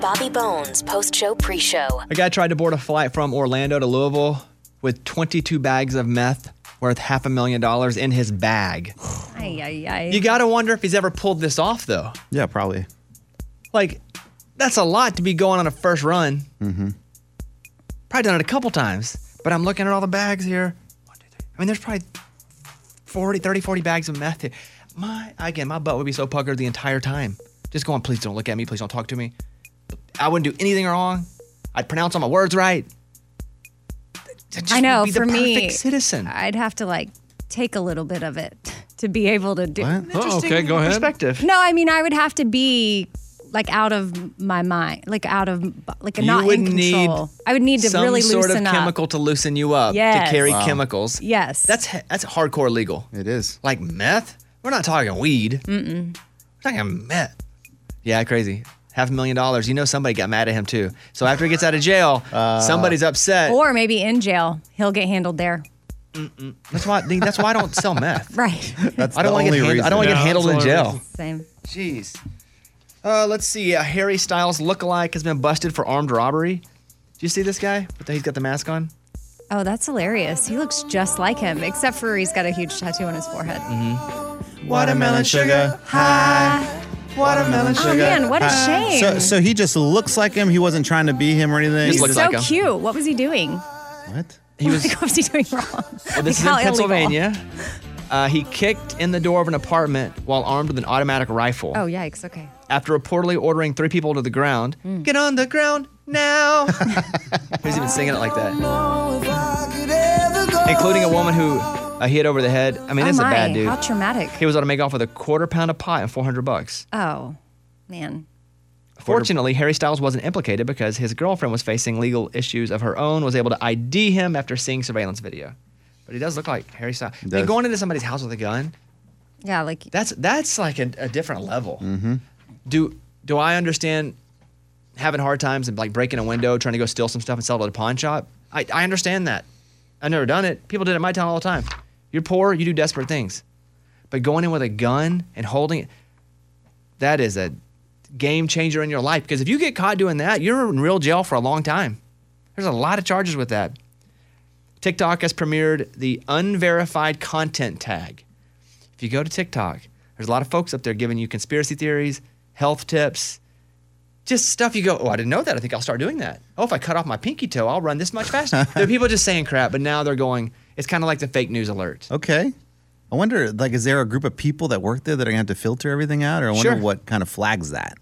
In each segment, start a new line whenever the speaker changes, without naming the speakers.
Bobby Bones post show pre show.
A guy tried to board a flight from Orlando to Louisville with 22 bags of meth worth half a million dollars in his bag.
Ay, ay, ay.
You got to wonder if he's ever pulled this off, though.
Yeah, probably.
Like, that's a lot to be going on a first run. Mm-hmm. Probably done it a couple times, but I'm looking at all the bags here. One, two, three. I mean, there's probably 40, 30, 40 bags of meth here. My, again, my butt would be so puckered the entire time. Just going, please don't look at me. Please don't talk to me. I wouldn't do anything wrong. I'd pronounce all my words right. Just
I know.
Be the
for me,
perfect citizen.
I'd have to like take a little bit of it to be able to do.
Interesting
okay, go ahead.
Perspective.
No, I mean I would have to be like out of my mind, like out of like
You
not
would
in control.
need
I would need to
Some
really
sort
loosen
of
up.
chemical to loosen you up
Yes.
to carry
Wow.
chemicals.
Yes.
That's he- that's hardcore legal.
It is.
Like meth? We're not talking weed. Mm-mm. We're talking meth. Yeah, crazy. Half a million dollars. You know somebody got mad at him too. So after he gets out of jail, somebody's upset.
or maybe in jail he'll get handled there.
that's why. That's why I don't sell meth.
Right.
That's
I don't
the only
want to get handled.
reason.
I don't want to
No,
get handled in
that's the only
jail.
reason.
Same.
Jeez. Uh, let's see. A Harry Styles lookalike has been busted for armed robbery. Do you see this guy? But he's got the mask on.
Oh, that's hilarious. He looks just like him, except for he's got a huge tattoo on his forehead.
Mm-hmm.
Watermelon sugar high. Watermelon Uh,
Oh man, what a shame.
So, so he just looks like him. He wasn't trying to be him or anything.
Just
he's
looks
so
like him.
cute. What was he doing?
what?
He was.
Like, what was he doing wrong?
Well, this is in
Like, how illegal.
Pennsylvania. Uh, he kicked in the door of an apartment while armed with an automatic rifle.
Oh yikes! Okay.
After reportedly ordering three people to the ground.
Mm.
Hmm.
Get on the ground now. Who's even singing it like that? Including a woman who uh, hit over the head. I mean,
oh
this is a
my,
bad dude.
how traumatic.
he was able to make off with a quarter pound of pot and 400 bucks.
Oh man.
Fortunately, Harry Styles wasn't implicated because his girlfriend was facing legal issues of her own, was able to ID him after seeing surveillance video. But he does look like Harry Styles. I mean,
does.
going into somebody's house with a gun,
Yeah, like
that's that's like a, a different level. Do do I understand having hard times and like breaking a window, trying to go steal some stuff and sell it at a pawn shop? I, I understand that. I've never done it. People did it in my town all the time. You're poor, you do desperate things. But going in with a gun and holding it, that is a game changer in your life. Because if you get caught doing that, you're in real jail for a long time. There's a lot of charges with that. TikTok has premiered the unverified content tag. If you go to TikTok, there's a lot of folks up there giving you conspiracy theories, health tips, just stuff you go, oh, I didn't know that. I think I'll start doing that. Oh, if I cut off my pinky toe, I'll run this much faster. there are people just saying crap, but now they're going, it's kind of like the fake news alert.
Okay. I wonder, like, is there a group of people that work there that are gonna have to filter everything out, or I wonder
Sure.
what kind of flags that?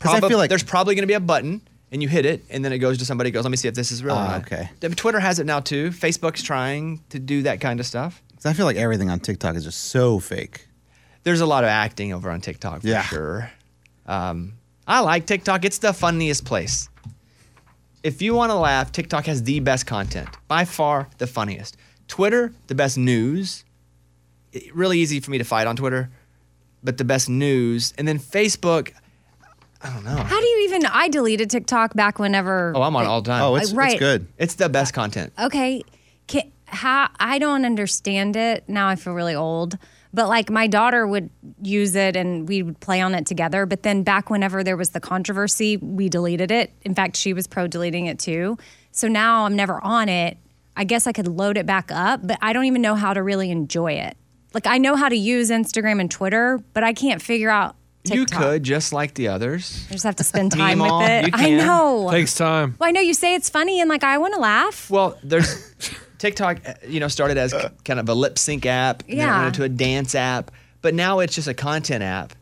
Because I
Probab-
feel like
there's probably going to be a button and you hit it, and then it goes to somebody who goes, let me see if this is real or
Ah,
not.
okay.
Th- Twitter has it now too. Facebook's trying to do that kind of stuff.
'cause I feel like everything on TikTok is just so fake.
There's a lot of acting over on TikTok for
Yeah.
sure. Um, I like TikTok. It's the funniest place. If you want to laugh, TikTok has the best content, by far the funniest. Twitter, the best news. It- really easy for me to fight on Twitter, but the best news. And then Facebook, I don't know.
how do you even? I deleted TikTok back whenever.
Oh, I'm on all the time.
Oh, it's,
right.
it's good.
It's the best content.
okay. Can, how I don't understand it now. I feel really old. But like my daughter would use it and we would play on it together. But then back whenever there was the controversy, we deleted it. In fact, she was pro deleting it too. So now I'm never on it. I guess I could load it back up, but I don't even know how to really enjoy it. Like I know how to use Instagram and Twitter, but I can't figure out TikTok.
You could, just like the others.
I just have to spend time
Meemaw,
with it.
you
I
can.
know.
Takes time.
well, I know you say it's funny and like I want to laugh.
Well, there's TikTok, uh, you know, started as k- kind of a lip sync app, and then it
Yeah.
went into a dance app, but now it's just a content app,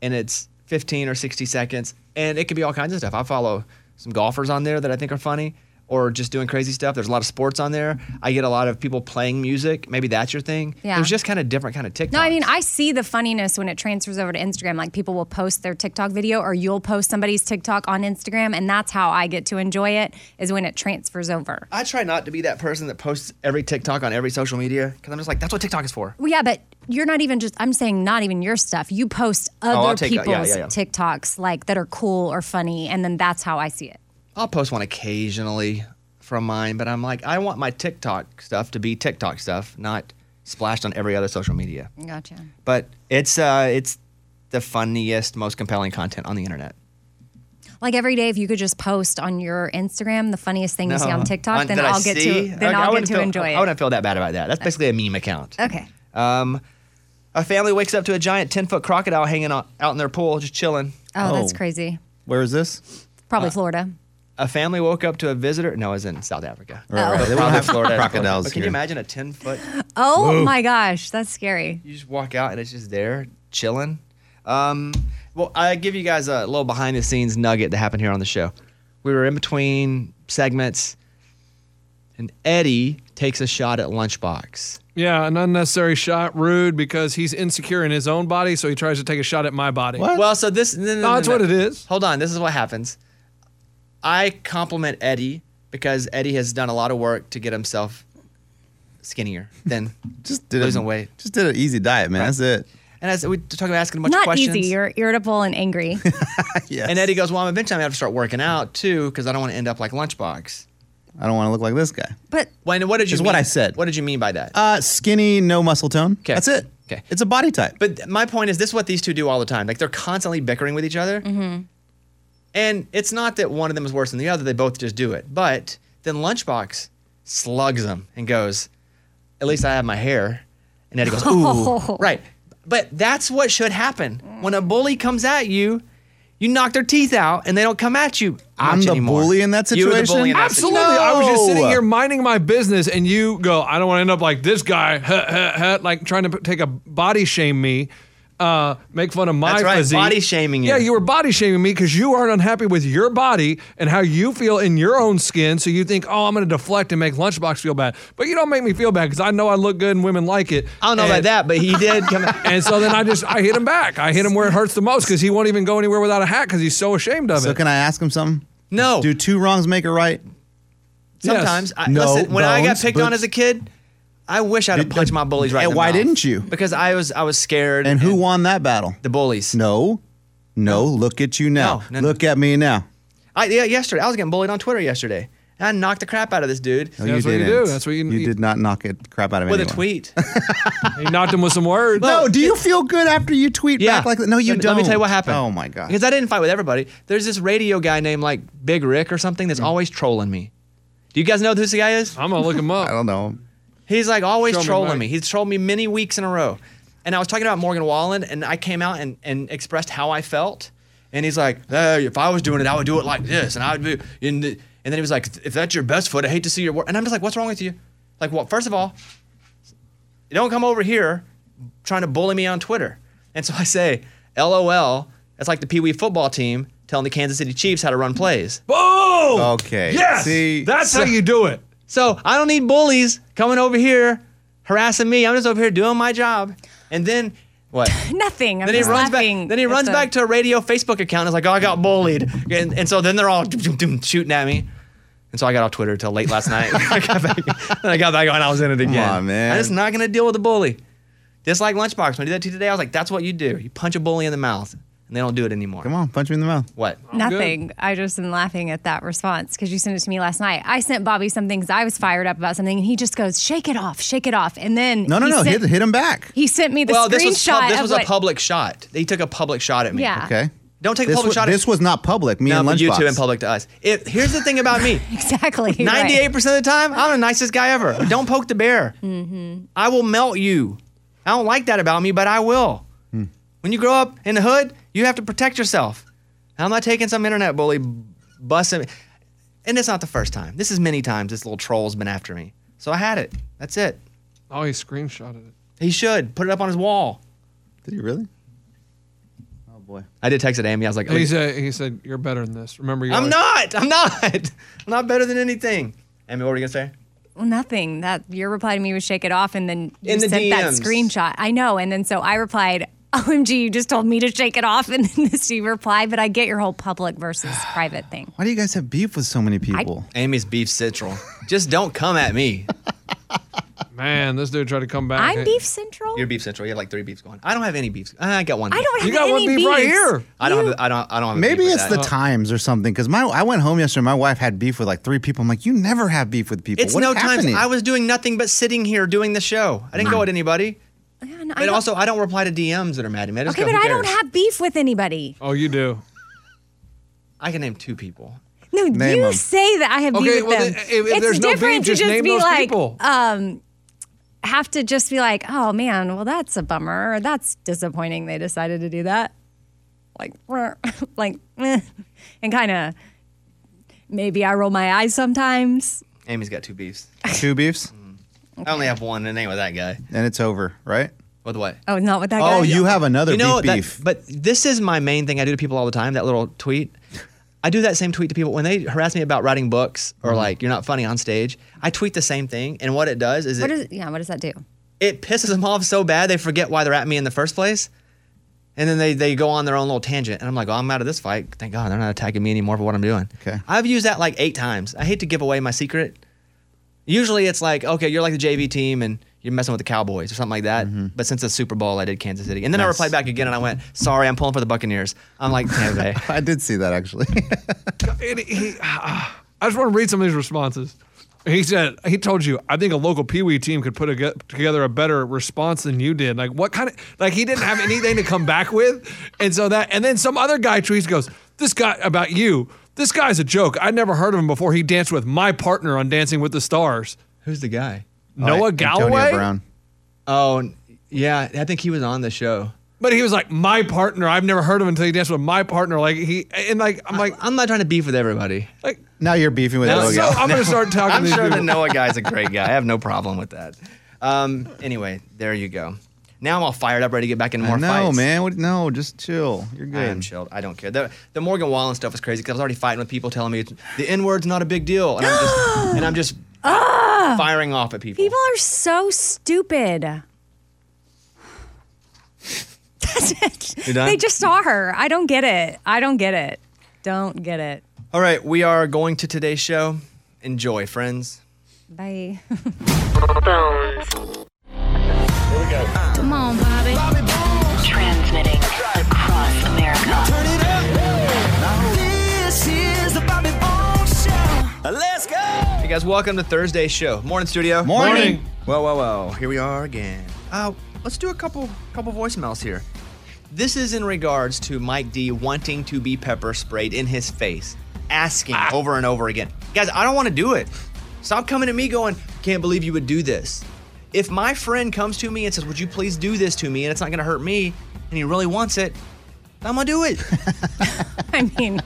and it's 15 or 60 seconds, and it can be all kinds of stuff. I follow some golfers on there that I think are funny, or just doing crazy stuff. There's a lot of sports on there. I get a lot of people playing music. Maybe that's your thing.
Yeah.
There's just kind of different kind of TikTok.
No, I mean I see the funniness when it transfers over to Instagram. Like people will post their TikTok video, or you'll post somebody's TikTok on Instagram, and that's how I get to enjoy it is when it transfers over.
I try not to be that person that posts every TikTok on every social media because I'm just like, that's what TikTok is for.
Well, yeah, but you're not even just. I'm saying not even your stuff. You post other
Oh, I'll take that.
people's
Yeah, yeah, yeah.
TikToks like that are cool or funny, and then that's how I see it.
I'll post one occasionally from mine, but I'm like, I want my TikTok stuff to be TikTok stuff, not splashed on every other social media.
Gotcha.
But it's uh, it's the funniest, most compelling content on the internet.
Like every day, if you could just post on your Instagram the funniest thing you see on
Uh-huh.
TikTok,
On-
then
that I
I'll get
see?
to then
Okay, I
I'll get
wouldn't
to
feel-
enjoy
I
it.
wouldn't feel that bad about that. That's basically a meme account.
Okay.
Um, a family wakes up to a giant ten foot crocodile hanging out, out in their pool, just chilling.
Oh, that's
Oh.
crazy.
Where is this?
Uh,
Probably Florida.
A family woke up to a visitor. No, it's in South Africa.
Right, right. They won't
Probably
have
Florida.
crocodiles
But can you
here.
imagine a ten foot?
Oh my gosh, that's scary.
You just walk out and it's just there chilling. Um, well, I give you guys a little behind the scenes nugget that happened here on the show. We were in between segments, and Eddie takes a shot at Lunchbox.
Yeah, an unnecessary shot, rude because he's insecure in his own body, so he tries to take a shot at my body.
What?
Well, so this. No, no, no,
that's
no.
what it is.
Hold on. This is what happens. I compliment Eddie because Eddie has done a lot of work to get himself skinnier than
Just did
losing
a,
weight.
Just did an easy diet, man. That's it.
And as we talk about asking a bunch of
Not
questions.
easy. You're irritable and angry.
Yes.
And Eddie goes, "Well, I'm eventually I have to start working out too because I don't want to end up like Lunchbox."
I don't want to look like this guy.
but
When, what did you?
Is what
mean-
I said.
What did you mean by that?
Uh, skinny, no muscle tone.
'Kay.
That's it.
'Kay.
It's a body type.
but th- my point is, this is what these two do all the time. Like they're constantly bickering with each other, and it's not that one of them is worse than the other. They both just do it. But then Lunchbox slugs him and goes, "At least I have my hair." And Eddie goes, "Ooh, right." But that's what should happen when a bully comes at you. You knock their teeth out, and they don't come at you.
I'm
much
the
anymore.
bully in that
You were the bully
situation?
in that
Absolutely.
situation.
I was just sitting
No.
here minding my business, and you go, I don't want to end up like this guy, heh, heh, heh, like trying to p- take a body shame me, uh, make fun of my
That's right,
physique.
body shaming you.
Yeah, you were body shaming me because you aren't unhappy with your body and how you feel in your own skin. So you think, oh, I'm going to deflect and make Lunchbox feel bad. But you don't make me feel bad because I know I look good and women like it.
I don't know about
And-
that, but he did come. at-
And so then I just I hit him back. I hit him where it hurts the most because he won't even go anywhere without a hat because he's so ashamed of
so
it.
can I ask him something?
No.
Do two wrongs make a right?
Yes.
Sometimes, I,
No
listen, when I got
bones,
picked
but-
on as a kid, I wish I'd have punched my bullies right.
And
in the
why
mouth.
didn't you?
Because I was I was scared.
And who won that battle?
The bullies.
No. No, look at you now.
No, no, no.
look at me now.
I, yeah, yesterday I was getting bullied on Twitter yesterday, and I knocked the crap out of this dude
No,
That's
Oh, you
what you
didn't.
do. That's what you-
You
you-
did not knock it crap out of
with a
anyone.
tweet.
He knocked him with some words.
No, do you feel good after you tweet
yeah,
back like that? No, you
let me,
don't.
Let me tell you what happened.
Oh my god.
Because I didn't fight with everybody. There's this radio guy named like Big Rick or something
Mm.
that's always trolling me. Do you guys know who this guy is?
I'm gonna look him up.
I don't know.
He's like always
Show me,
trolling
Mike.
me. He's trolled me many weeks in a row. And I was talking about Morgan Wallen, and I came out and, and expressed how I felt. And he's like, "Hey, if I was doing it, I would do it like this. And I would be. And, th- and then he was like, if that's your best foot, I hate to see your work. And I'm just like, what's wrong with you? Like, well, first of all, you don't come over here trying to bully me on Twitter. And so I say, LOL, that's like the Pee Wee football team telling the Kansas City Chiefs how to run plays.
Boom!
Okay.
Yes!
See,
That's how you do it.
So I don't need bullies coming over here harassing me. I'm just over here doing my job. And then what?
nothing. I'm
Then he
just
runs
laughing
back. Then he
at
runs
the-
back to a radio Facebook account. And is like, oh, I got bullied. And, and so then they're all doom, doom, doom, shooting at me. And so I got off Twitter till late last night. I got back. Then I got back on. I was in it again.
on, man.
I'm just not gonna deal with the bully. Just like Lunchbox, when I did that to you today, I was like, that's what you do. You punch a bully in the mouth, and they don't do it anymore.
Come on, punch me in the mouth.
What?
Nothing. I just am laughing at that response because you sent it to me last night. I sent Bobby something because I was fired up about something, and he just goes, "Shake it off, shake it off," and then
No, no,
he
no.
Sent,
hit, hit him back.
He sent me the
Well,
screenshot
this was pub- this
of
was
what.
a public shot. They took a public shot at me.
Yeah.
Okay.
Don't take a
This
public
was,
shot at
This was not public. Me
No,
and
but
Lunchbox.
you two in public to us. If here's the thing about me,
Exactly. right.
ninety-eight percent of the time, I'm the nicest guy ever. Don't poke the bear.
Mm-hmm.
I will melt you. I don't like that about me, but I will.
Hmm.
When you grow up in the hood, you have to protect yourself. I'm not taking some internet bully busting. me. And it's not the first time. This is many times this little troll's been after me. So I had it. That's it.
Oh, he screenshotted it.
He should put it up on his wall.
Did he really? Oh boy.
I did text it Amy. I was like,
He said, he said, you're better than this. Remember, uh, you
I'm
always-
not. I'm not. I'm not better than anything. Amy, what were you gonna say?
Well, nothing. That your reply to me was shake it off, and then you
In the
sent that
DMs.
screenshot. I know, and then so I replied, "OMG, you just told me to shake it off," and then this you reply. But I get your whole public versus private thing.
Why do you guys have beef with so many people?
Amy's beef citral. Just don't come at me.
Man, this dude tried to come back.
I'm Beef Central.
Your beef central. You have like three beefs going. I don't have any beefs. I got one.
I don't have
You got
any
one beef right
beefs.
here.
I don't have. I don't. I don't have. A
Maybe
beef with
it's
that.
the times or something. Because my I went home yesterday. My wife had beef with like three people. I'm like, you never have beef with people.
It's
What's
no
happening?
time. I was doing nothing but sitting here doing the show. I didn't go at anybody.
Yeah, no, I
And
don't-
also, I don't reply to DMs that are mad at me. I just
okay,
go,
but
"Who
I don't
cares?"
have beef with anybody.
Oh, you do.
I can name two people.
No,
Name
you
'em.
say that I have
Okay,
beef with
well,
them.
then, if- if there's
it's
no beef,
different to
just
just
name
be
those
like,
people.
um, have to just be like, oh man, well that's a bummer. Or, that's disappointing. They decided to do that. Like, "Rrr," like, "Meh," and kind of maybe I roll my eyes sometimes.
Amy's got two beefs. Mm.
Two beefs,
I only have one, and it ain't with that guy.
and it's over, right?
With what?
Oh, not with that guy.
Oh, you have another
you know,
beef.
that-
beef.
but this is my main thing I do to people all the time. That little tweet. I do that same tweet to people when they harass me about writing books or
Mm-hmm.
like you're not funny on stage. I tweet the same thing, and what it does is
What
it,
is? Yeah, what does that do?
it pisses them off so bad they forget why they're at me in the first place. And then they, they go on their own little tangent. And I'm like, oh, I'm out of this fight. Thank God they're not attacking me anymore for what I'm doing.
Okay.
I've used that like eight times. I hate to give away my secret. Usually it's like, okay, you're like the JV team and you're messing with the Cowboys or something like that.
Mm-hmm.
But since the Super Bowl, I did Kansas City. And then I replied back again and I went, sorry, I'm pulling for the Buccaneers. I'm like, Tampa Bay.
I did see that actually.
And he, ah, I just want to read some of these responses. He said he told you. I think a local Pee Wee team could put a, together a better response than you did. Like what kind of like he didn't have anything to come back with, and so that and then some other guy tweets goes this guy about you. This guy's a joke. I never heard of him before. He danced with my partner on Dancing with the Stars.
Who's the guy?
Noah Galloway.
Antonio Brown.
Oh, n- yeah. I think he was on the show.
But he was like my partner. I've never heard of him until he danced with my partner. Like he and like I'm like
I'm not trying to beef with everybody.
like
Now you're beefing with
so
Noah Galloway.
I'm gonna start talking. to
I'm
these
sure
people.
the Noah guy's a great guy. I have no problem with that. Um, anyway, there you go. Now I'm all fired up, ready to get back into more
no,
fights.
man. What, no, just chill. You're
I am
good.
chilled. I don't care. The, the Morgan Wallen stuff was crazy because I was already fighting with people telling me it's- the N word's not a big deal, and I'm just and I'm just
Ah!
firing off at people.
People are so stupid. That's it.
You done?
They just saw her. I don't get it. I don't get it. Don't get it.
All right, we are going to today's show. Enjoy, friends.
Bye.
Come on, Bobby.
Transmitting across America.
This is the Bobby Bones Show. Let's go.
Hey guys, welcome to Thursday's show. Morning studio.
Morning.
Whoa, whoa, whoa! Here we are again. Uh, let's do a couple couple voicemails here. This is in regards to Mike D wanting to be pepper sprayed in his face, asking over and over again, guys, I don't want to do it. Stop coming to me going, can't believe you would do this. If my friend comes to me and says, would you please do this to me, and it's not going to hurt me, and he really wants it, I'm gonna do it.
I mean,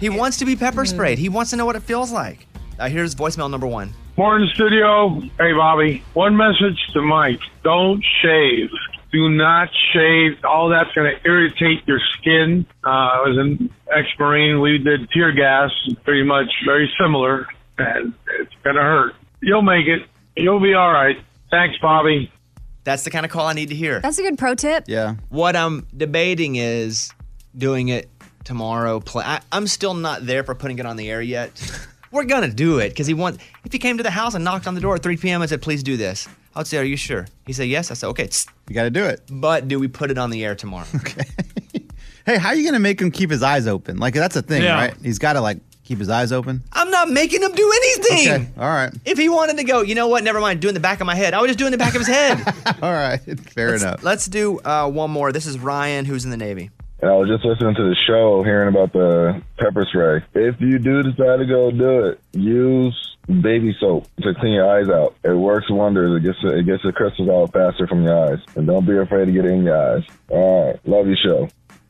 he wants to be pepper sprayed. He wants to know what it feels like. Uh, here's voicemail number one.
Morning, studio. Hey, Bobby. One message to Mike. Don't shave. Do not shave. All that's going to irritate your skin. Uh, I was an ex-Marine. We did tear gas, pretty much very similar, and it's going to hurt. You'll make it. You'll be all right. Thanks, Bobby.
That's the kind of call I need to hear.
that's a good pro tip.
Yeah.
what I'm debating is doing it tomorrow. Play. I, I'm still not there for putting it on the air yet. We're gonna do it because he wants. If he came to the house and knocked on the door at 3 p.m. and said, "Please do this," I would say, "Are you sure?" He said, "Yes." I said, "Okay." tss,
You got to do it.
But do we put it on the air tomorrow?
Hey, how are you going to make him keep his eyes open? Like, that's a thing,
Yeah.
right? He's got to, like, keep his eyes open.
I'm not making him do anything.
Okay. All right.
If he wanted to go, you know what? Never mind. Doing the back of my head. I would just do in the back of his head.
All right. Fair enough.
Let's do uh, one more. This is Ryan, who's in the Navy.
And I was just listening to the show, hearing about the pepper spray. If you do decide to go do it, use baby soap to clean your eyes out. It works wonders. It gets it gets the crystals out faster from your eyes. And don't be afraid to get it in your eyes. All right, love your show.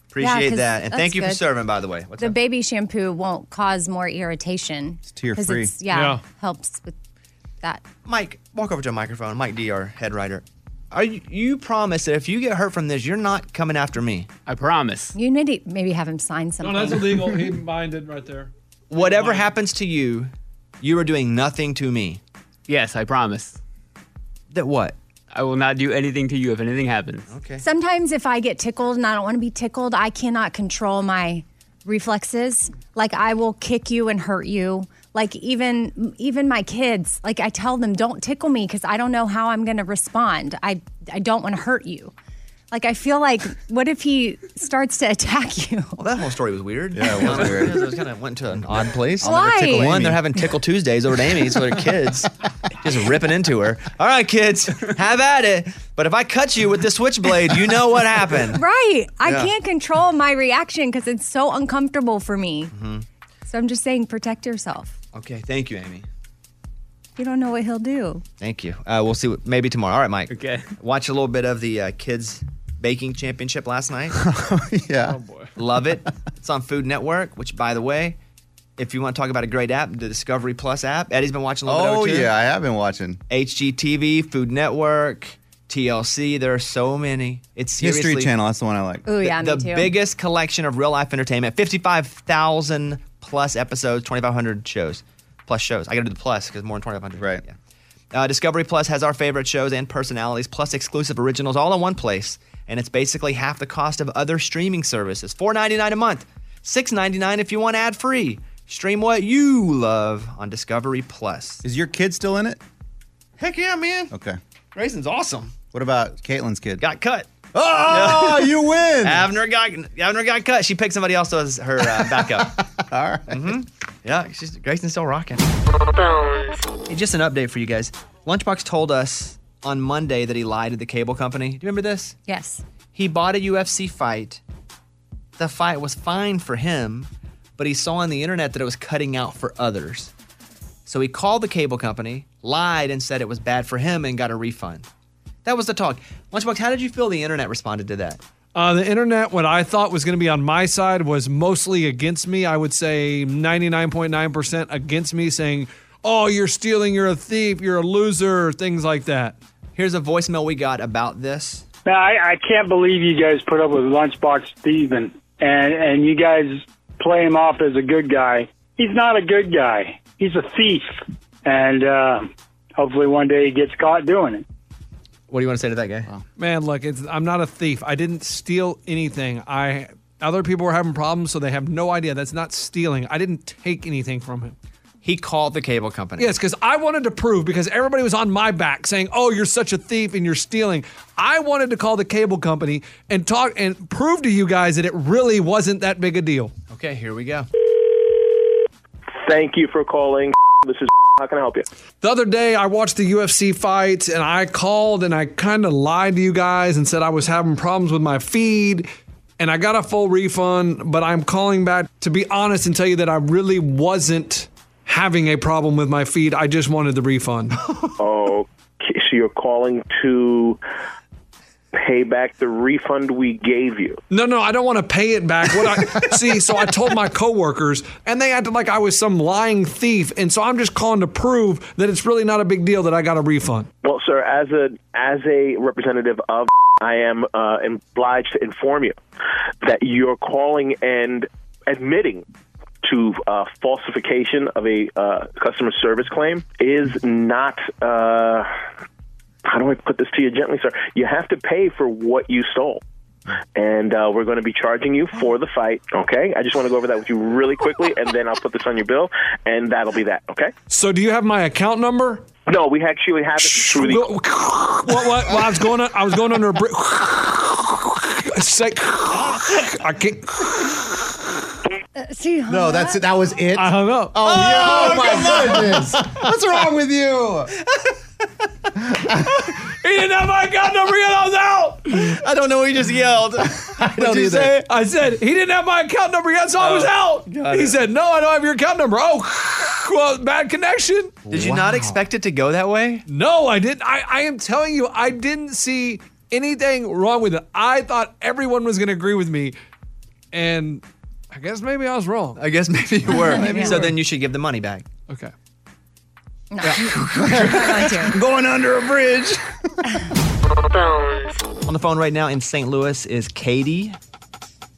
Appreciate
'cause
that, and
that's
thank you for
good.
serving. By the way, What's
The
up?
baby shampoo won't cause more irritation. It's
tear
'cause
free.
it's- Yeah,
Yeah.
helps with that.
Mike, walk over to a microphone. Mike D, our head writer. Are you, you promise that if you get hurt from this, you're not coming after me?
I promise.
You need to maybe have him sign something.
illegal. He minded right there.
Whatever happens to you, you are doing nothing to me.
Yes, I promise.
That what?
I will not do anything to you if anything happens.
Sometimes if I get tickled and I don't want to be tickled, I cannot control my reflexes. Like I will kick you and hurt you. Like even even my kids, like I tell them don't tickle me cuz I don't know how I'm going to respond. I I don't want to hurt you. Like I feel like what if he starts to attack you?
Well, that whole story was weird.
Yeah, it was weird.
it kind of went to an odd place.
Why?
One,
Amy.
they're having tickle Tuesdays over at Amy's for their kids. Just ripping into her. All right, kids, have at it. But if I cut you with this switchblade, you know what happened.
Right. I
Yeah.
can't control my reaction because it's so uncomfortable for me.
Mhm.
So I'm just saying, protect yourself.
Okay, thank you, Amy.
You don't know what he'll do.
Thank you. Uh, we'll see. What, maybe tomorrow. All right, Mike.
Okay.
Watch a little bit of the uh, kids baking championship last night.
yeah.
Oh, Love it. It's on Food Network. Which, by the way, if you want to talk about a great app, the Discovery Plus app. Eddie's been watching a little
Oh
bit. Over too.
yeah, I have been watching.
HGTV, Food Network, TLC. There are so many. It's
History
seriously-
Channel, that's the one I like.
Ooh,
the-
yeah, me
the
too.
biggest collection of real life entertainment. Fifty-five thousand plus episodes, twenty-five hundred shows, plus shows. I got to do the plus because more than twenty-five hundred. Right. Yeah. Uh, Discovery Plus has our favorite shows and personalities, plus exclusive originals, all in one place, and it's basically half the cost of other streaming services. Four ninety-nine a month, six ninety-nine if you want ad-free. Stream what you love on Discovery Plus.
Is your kid still in it?
Heck yeah, man.
Okay.
Grayson's awesome.
What about Caitlin's kid?
Got cut.
Oh, you win.
Avner got Avner got cut. She picked somebody else as her uh, backup.
All right.
Mm-hmm. Yeah, she's, Grayson's still rocking. Hey, just an update for you guys. Lunchbox told us on Monday that he lied to the cable company. Do you remember this?
Yes.
He bought a UFC fight. The fight was fine for him, but he saw on the internet that it was cutting out for others. So he called the cable company, lied, and said it was bad for him and got a refund. That was the talk. Lunchbox, how did you feel the internet responded to that?
Uh, the internet, what I thought was going to be on my side, was mostly against me. I would say 99.9% against me, saying, Oh, you're stealing, you're a thief, you're a loser, things like that.
Here's a voicemail we got about this.
Now I, I can't believe you guys put up with Lunchbox Steven and and you guys play him off as a good guy. He's not a good guy. He's a thief, and uh, hopefully one day he gets caught doing it.
What do you want to say to that guy?
Man, look, it's, I'm not a thief. I didn't steal anything. I Other people were having problems, so they have no idea. That's not stealing. I didn't take anything from him.
He called the cable company.
Yes, because I wanted to prove, because everybody was on my back saying, oh, you're such a thief and you're stealing. I wanted to call the cable company and talk and prove to you guys that it really wasn't that big a deal.
Okay, here we go.
Thank you for calling. This is how can I help you?
The other day, I watched the UFC fights and I called and I kind of lied to you guys and said I was having problems with my feed. And I got a full refund, but I'm calling back to be honest and tell you that I really wasn't having a problem with my feed. I just wanted the refund.
oh, so you're calling to pay back the refund we gave you.
No, no, I don't want to pay it back. What I see, so I told my coworkers, and they acted like I was some lying thief, and so I'm just calling to prove that it's really not a big deal that I got a refund.
Well, sir, as a as a representative of, I am uh, obliged to inform you that you're calling and admitting to uh, falsification of a uh, customer service claim is not. Uh, how do I put this to you gently, sir? You have to pay for what you stole. And uh, we're going to be charging you for the fight, okay? I just want to go over that with you really quickly, and then I'll put this on your bill, and that'll be that, okay?
So, do you have my account number?
No, we actually have it through the
What? What? well, I was going. I was going under a bridge. Say, I can't.
Uh,
see,
No, that's it. That was it. I
hung up.
Oh, yeah. Oh, my goodness. What's wrong with you?
He didn't have my account number yet. I was out.
I don't know what he just yelled.
I
don't
you
either.
say? I said he didn't have my account number yet, so I was
Oh,
out.
got
He
it.
said, "No, I don't have your account number." Oh, well, bad connection.
Did you not expect it to go that way?
No, I didn't. I, I am telling you, I didn't see anything wrong with it. I thought everyone was going to agree with me, and I guess maybe I was wrong.
I guess maybe you were.
Maybe you
so
were.
then you should give the money back.
Okay.
Going under a bridge. On the phone right now in St. Louis is Katie.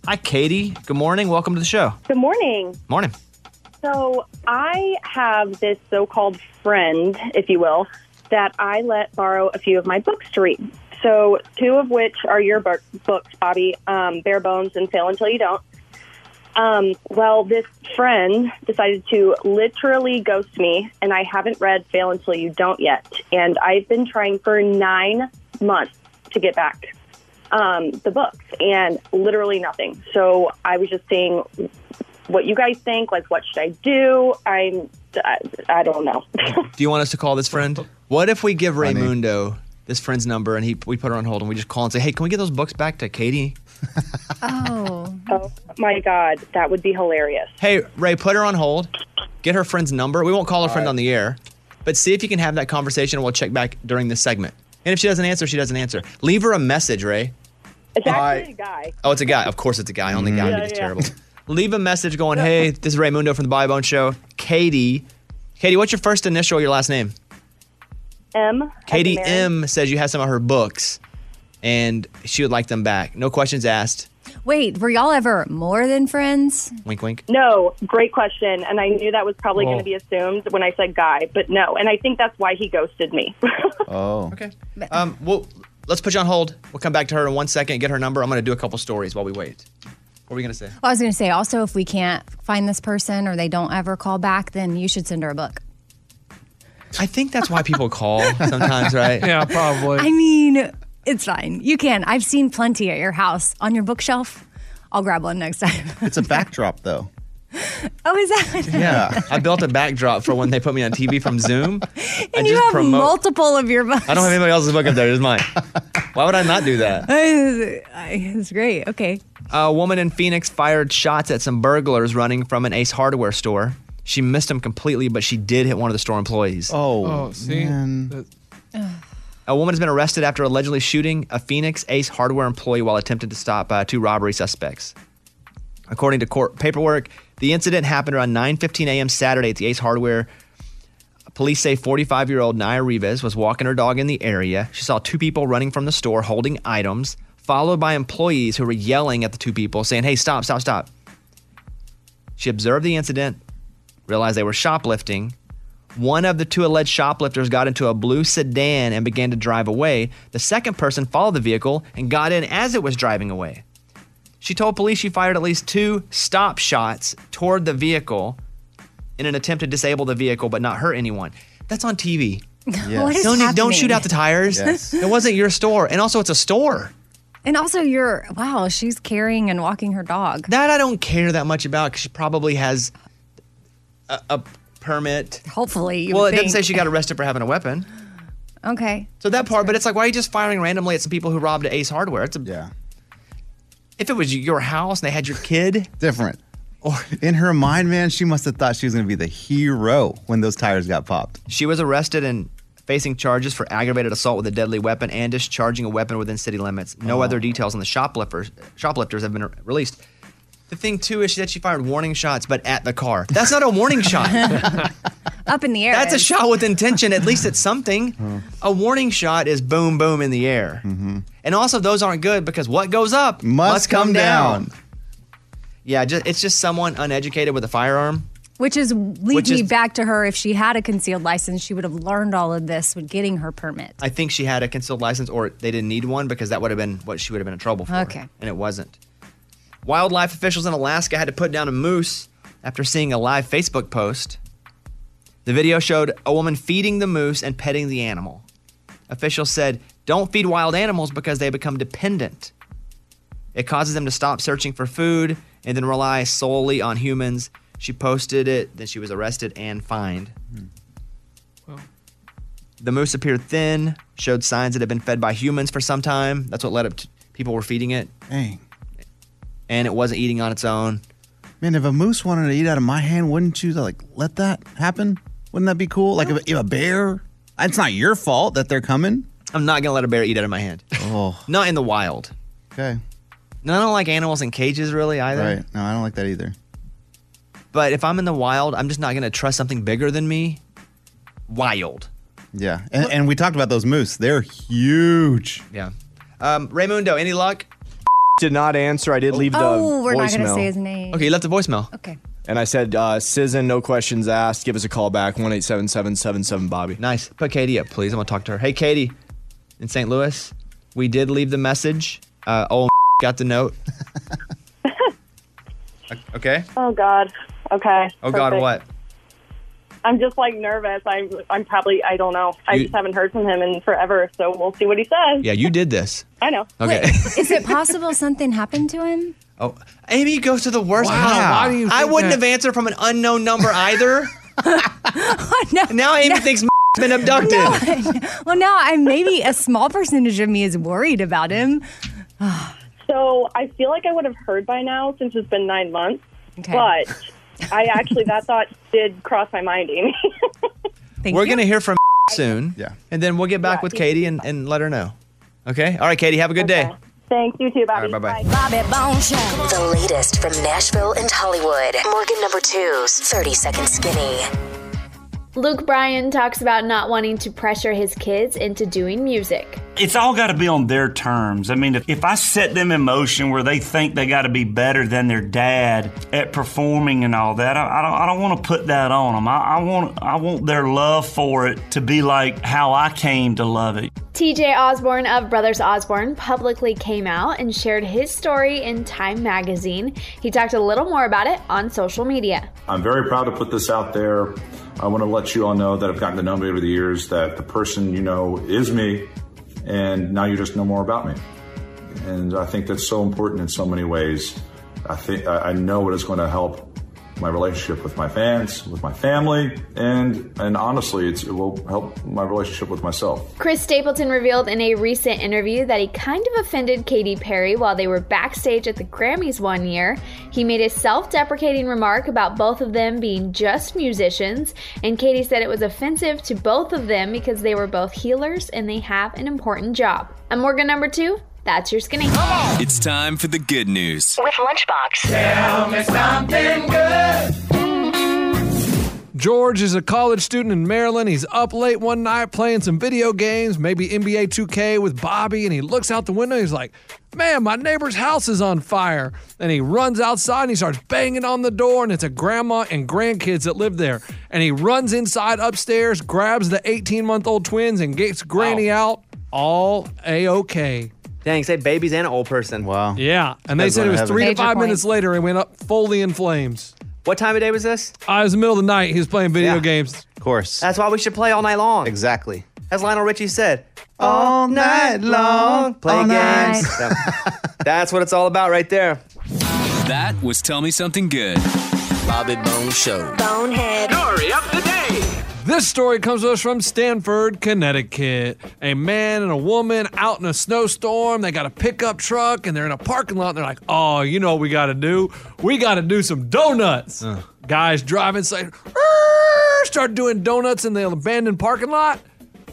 Hi, Katie. Good morning. Welcome to the show.
Good morning.
Morning.
So I have this so-called friend, if you will, that I let borrow a few of my books to read. So two of which are your bu- books, Bobby, um, Bare Bones and Fail Until You Don't. Um, well, this friend decided to literally ghost me, and I haven't read Fail Until You Don't yet. And I've been trying for nine months to get back um, the books, and literally nothing. So I was just seeing what you guys think. Like, what should I do? I'm I, I don't know.
Do you want us to call this friend? What if we give Raymundo this friend's number and he we put her on hold and we just call and say, hey, can we get those books back to Katie?
Oh. oh my God, that would be hilarious.
Hey, Ray, put her on hold. Get her friend's number. We won't call her friend on the air, but see if you can have that conversation. and We'll check back during this segment. And if she doesn't answer, she doesn't answer. Leave her a message, Ray.
It's actually a guy.
Oh, it's a guy. Of course, it's a guy. Only guy would
Yeah,
be this
Mm-hmm. yeah.
terrible. Leave a message going, "Hey, this is Raymundo from the Bybone Show. Katie, Katie, what's your first initial? Your last name?
M. as in
Katie
Mary.
M says you have some of her books, and she would like them back. No questions asked.
Wait, were y'all ever more than friends?
Wink, wink.
No, great question. And I knew that was probably
Whoa.
going to be assumed when I said guy, but no. And I think that's why he ghosted me.
Oh. Okay. Um. Well, let's put you on hold. We'll come back to her in one second. Get her number. I'm going to do a couple stories while we wait. What are we going to say?
I was going to say also, if we can't find this person or they don't ever call back, then you should send her a book.
I think that's why people call sometimes, right?
Yeah, probably.
I mean, it's fine. You can. I've seen plenty at your house on your bookshelf. I'll grab one next time.
it's a backdrop, though.
Oh, is that?
Yeah, I built a backdrop for when they put me on TV from Zoom.
And you have multiple of your books.
I don't have anybody else's book up there. It's mine. Why would I not do that?
It's great. Okay.
A woman in Phoenix fired shots at some burglars running from an Ace Hardware store. She missed them completely, but she did hit one of the store employees.
Oh, see? That-
A woman has been arrested after allegedly shooting a Phoenix Ace Hardware employee while attempting to stop uh, two robbery suspects. According to court paperwork, the incident happened around 9:15 a.m. Saturday at the Ace Hardware. Police say 45-year-old Naya Rivas was walking her dog in the area. She saw two people running from the store holding items, followed by employees who were yelling at the two people, saying, "Hey, stop! Stop! Stop!" She observed the incident, realized they were shoplifting, one of the two alleged shoplifters got into a blue sedan and began to drive away. The second person followed the vehicle and got in as it was driving away. She told police she fired at least two stop shots toward the vehicle in an attempt to disable the vehicle but not hurt anyone. That's on TV.
What is
don't, don't shoot
happening?
out the tires.
Yes.
It wasn't your store. And also, it's a store.
And also, you're wow. She's carrying and walking her dog.
That I don't care that much about because she probably has a, a permit.
Hopefully, you
well,
would
it doesn't
think.
say she got arrested for having a weapon.
Okay.
So that part, but it's like, why are you just firing randomly at some people who robbed Ace Hardware? It's a, yeah. If it was your house and they had your kid,
Different. in her mind, man, she must have thought she was going to be the hero when those tires got popped.
she was arrested and facing charges for aggravated assault with a deadly weapon and discharging a weapon within city limits. No
Oh.
other details on the shoplifters. Shoplifters have been re- released. The thing too is that she fired warning shots, but at the car. That's not a warning shot.
Up in the air.
That's a shot with intention. At least it's something. A warning shot is boom, boom in the air. And also, those aren't good because what goes up must,
Mm-hmm. come down.
Yeah, just, it's just someone uneducated with a firearm.
Which is lead
Which
me
is-
back to her. If she had a concealed license, she would have learned all of this with getting her permit.
I think she had a concealed license, or they didn't need one because that would have been what she would have been in trouble for.
Okay.
And it wasn't. Wildlife officials in Alaska had to put down a moose after seeing a live Facebook post. The video showed a woman feeding the moose and petting the animal. Officials said, don't feed wild animals because they become dependent. It causes them to stop searching for food and then rely solely on humans. She posted it, then she was arrested and fined. The moose appeared thin, showed signs it had been fed by humans for some time. That's what led up to people were feeding it.
Dang.
And it wasn't eating on its own.
Man, if a moose wanted to eat out of my hand, wouldn't you like let that happen? Wouldn't that be cool? Like if, if a bear, it's not your fault that they're coming.
I'm not gonna let a bear eat out of my hand.
Oh,
Not in the wild.
okay,
No, I don't like animals in cages really either.
right. No, I don't like that e- either.
But if I'm in the wild, I'm just not gonna trust something bigger than me. Wild.
Yeah, and, and we talked about those moose. They're huge.
Yeah. Um, Raymundo, any luck?
Did not answer. I did leave the
oh, we're not going
voicemail.
to say his name.
Okay, you left a voicemail.
Okay.
And I said, uh, Sizzin, no questions asked. Give us a call back, 1 877 Bobby.
Nice. Put Katie up, please. I'm gonna talk to her. Hey, Katie, in St. Louis, we did leave the message. Uh, oh, got the note. okay.
oh God. Okay.
Oh God,
perfect.
what?
I'm just like nervous. I'm I'm probably I don't know. I
You-
just haven't heard from him in forever, so we'll see what he says.
Yeah, you did this.
I know.
Okay.
Is it possible something happened to him?
Oh, Amy goes to the worst.
Wow,
possible-
why do you
I
think
wouldn't
that?
have answered from an unknown number either. now Amy thinks been abducted.
well, now I maybe a small percentage of me is worried about him.
So I feel like I would have heard by now since it's been nine months. But I actually, that thought did cross my mind, Amy.
We're going to hear from soon. Yeah. And then we'll get back with Katie and, and let her know. Okay? All right, Katie, have a good day.
Thank you too, Bobby.
All right, bye-bye.
Bobby Bone Show. The latest from Nashville and Hollywood. Morgan number two's 30 Second Skinny.
Luke Bryan talks about not wanting to pressure his kids into doing music.
It's all got to be on their terms. I mean, if, if I set them in motion where they think they got to be better than their dad at performing and all that, I, I don't, I don't want to put that on them. I, I want, I want their love for it to be like how I came to love it.
TJ Osborne of Brothers Osborne publicly came out and shared his story in Time magazine. He talked a little more about it on social media.
I'm very proud to put this out there. I want to let you all know that I've gotten to know me over the years, that the person you know is me, and now you just know more about me. And I think that's so important in so many ways. I think I I know it is going to help my relationship with my fans, with my family, and and honestly, it's, it will help my relationship with myself.
Chris Stapleton revealed in a recent interview that he kind of offended Katy Perry while they were backstage at the Grammys one year. He made a self deprecating remark about both of them being just musicians, and Katy said it was offensive to both of them because they were both healers and they have an important job. I'm Morgan number two. That's your skinny.
It's time for the good news.
With Lunchbox.
Tell me something good.
George is a college student in Maryland. He's up late one night playing some video games, maybe NBA 2K with Bobby, and he looks out the window. He's like, Man, my neighbor's house is on fire. And he runs outside and he starts banging on the door, and it's a grandma and grandkids that live there. And he runs inside upstairs, grabs the 18 month old twins, and gets Granny out all A OK.
Dang, say babies and an old person. Wow.
Yeah, and they said it was three to five minutes later and went up fully in flames.
What time of day was this?
Uh, it was the middle of the night. He was playing video games.
Of course. That's why we should play all night long. Exactly. As Lionel Richie said, all night long, play
All night.
games. That's what it's all about right there.
That was Tell Me Something Good. Bobby Bone Show.
Bonehead. Story of the day.
This story comes to us from Stanford, Connecticut. A man and a woman out in a snowstorm. They got a pickup truck and they're in a parking lot. And they're like, oh, you know what we got to do? We got to do some donuts. Guys driving, say, "Arr!" start doing donuts in the abandoned parking lot.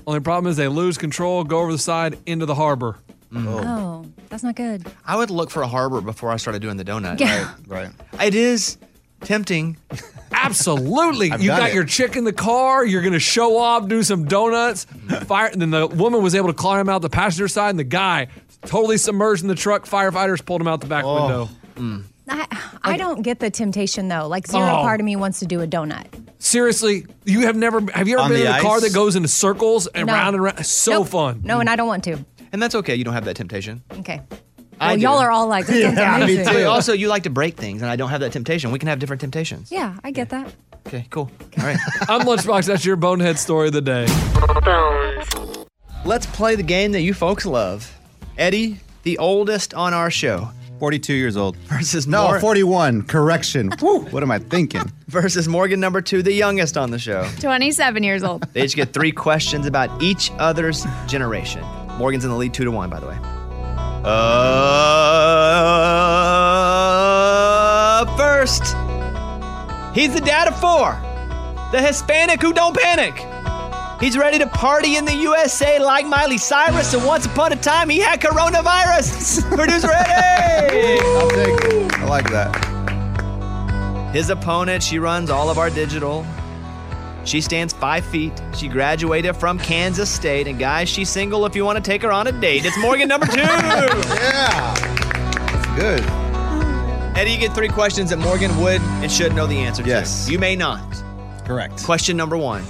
Only problem is they lose control, go over the side into the harbor.
Oh, that's not good.
I would look for a harbor before I started doing the donut.
Yeah.
Right. Right. It is tempting.
Absolutely.
I've
you
done
got
it.
your chick in the car, you're gonna show off, do some donuts, fire and then the woman was able to climb out the passenger side and the guy totally submerged in the truck, firefighters pulled him out the back window.
Oh.
I, I don't get the temptation though. Like zero
Oh.
part of me wants to do a donut.
Seriously, you have never have you ever
On
been
the
in a car
ice?
that goes into circles and
No.
round and round? It's so
Nope.
fun.
No, and I don't want to.
And that's okay. You don't have that temptation.
Okay.
I
well,
do.
y'all are all like, this sounds amazing.
But also, you like to break things, and I don't have that temptation. We can have different temptations.
Yeah, I get that.
Okay, cool. All right.
I'm Lunchbox, that's your bonehead story of the day.
Let's play the game that you folks love. Eddie, the oldest on our show.
42 years old.
Versus
No,
Mor-
41. Correction. Woo, what am I thinking?
Versus Morgan number two, the youngest on the show.
27 years old.
They each get three questions about each other's generation. Morgan's in the lead two to one, by the way. Uh, first, he's the dad of four, the Hispanic who don't panic. He's ready to party in the USA like Miley Cyrus, and once upon a time he had coronavirus. Producer Eddie! I'll take it. I like that. His opponent, she runs all of our digital. She stands five feet. She graduated from Kansas State. And guys, she's single if you want to take her on a date. It's Morgan number two. yeah. Good. Eddie, you get three questions that Morgan would and should know the answer to. You may not. Correct. Question number one.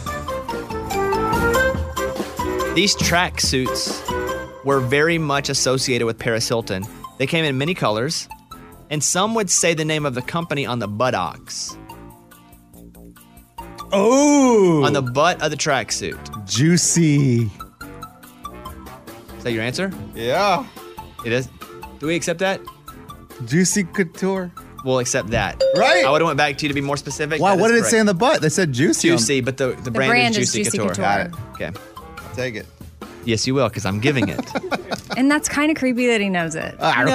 These track suits were very much associated with Paris Hilton. They came in many colors, and some would say the name of the company on the buttocks. Oh! On the butt of the tracksuit.
Juicy.
Is that your answer? Yeah. It is. Do we accept that?
Juicy Couture.
we'll accept that.
Right.
I would have went back to you to be more specific.
Why?
That
What
is
did it say in the
correct.
butt? They said juicy. on-
Juicy, but the, the, brand,
brand
is
is
Juicy,
Juicy
Couture.
Couture. Got it.
Okay.
I'll take it.
Yes, you will, because I'm giving it.
And that's kind of creepy that he knows it.
Ah,
No.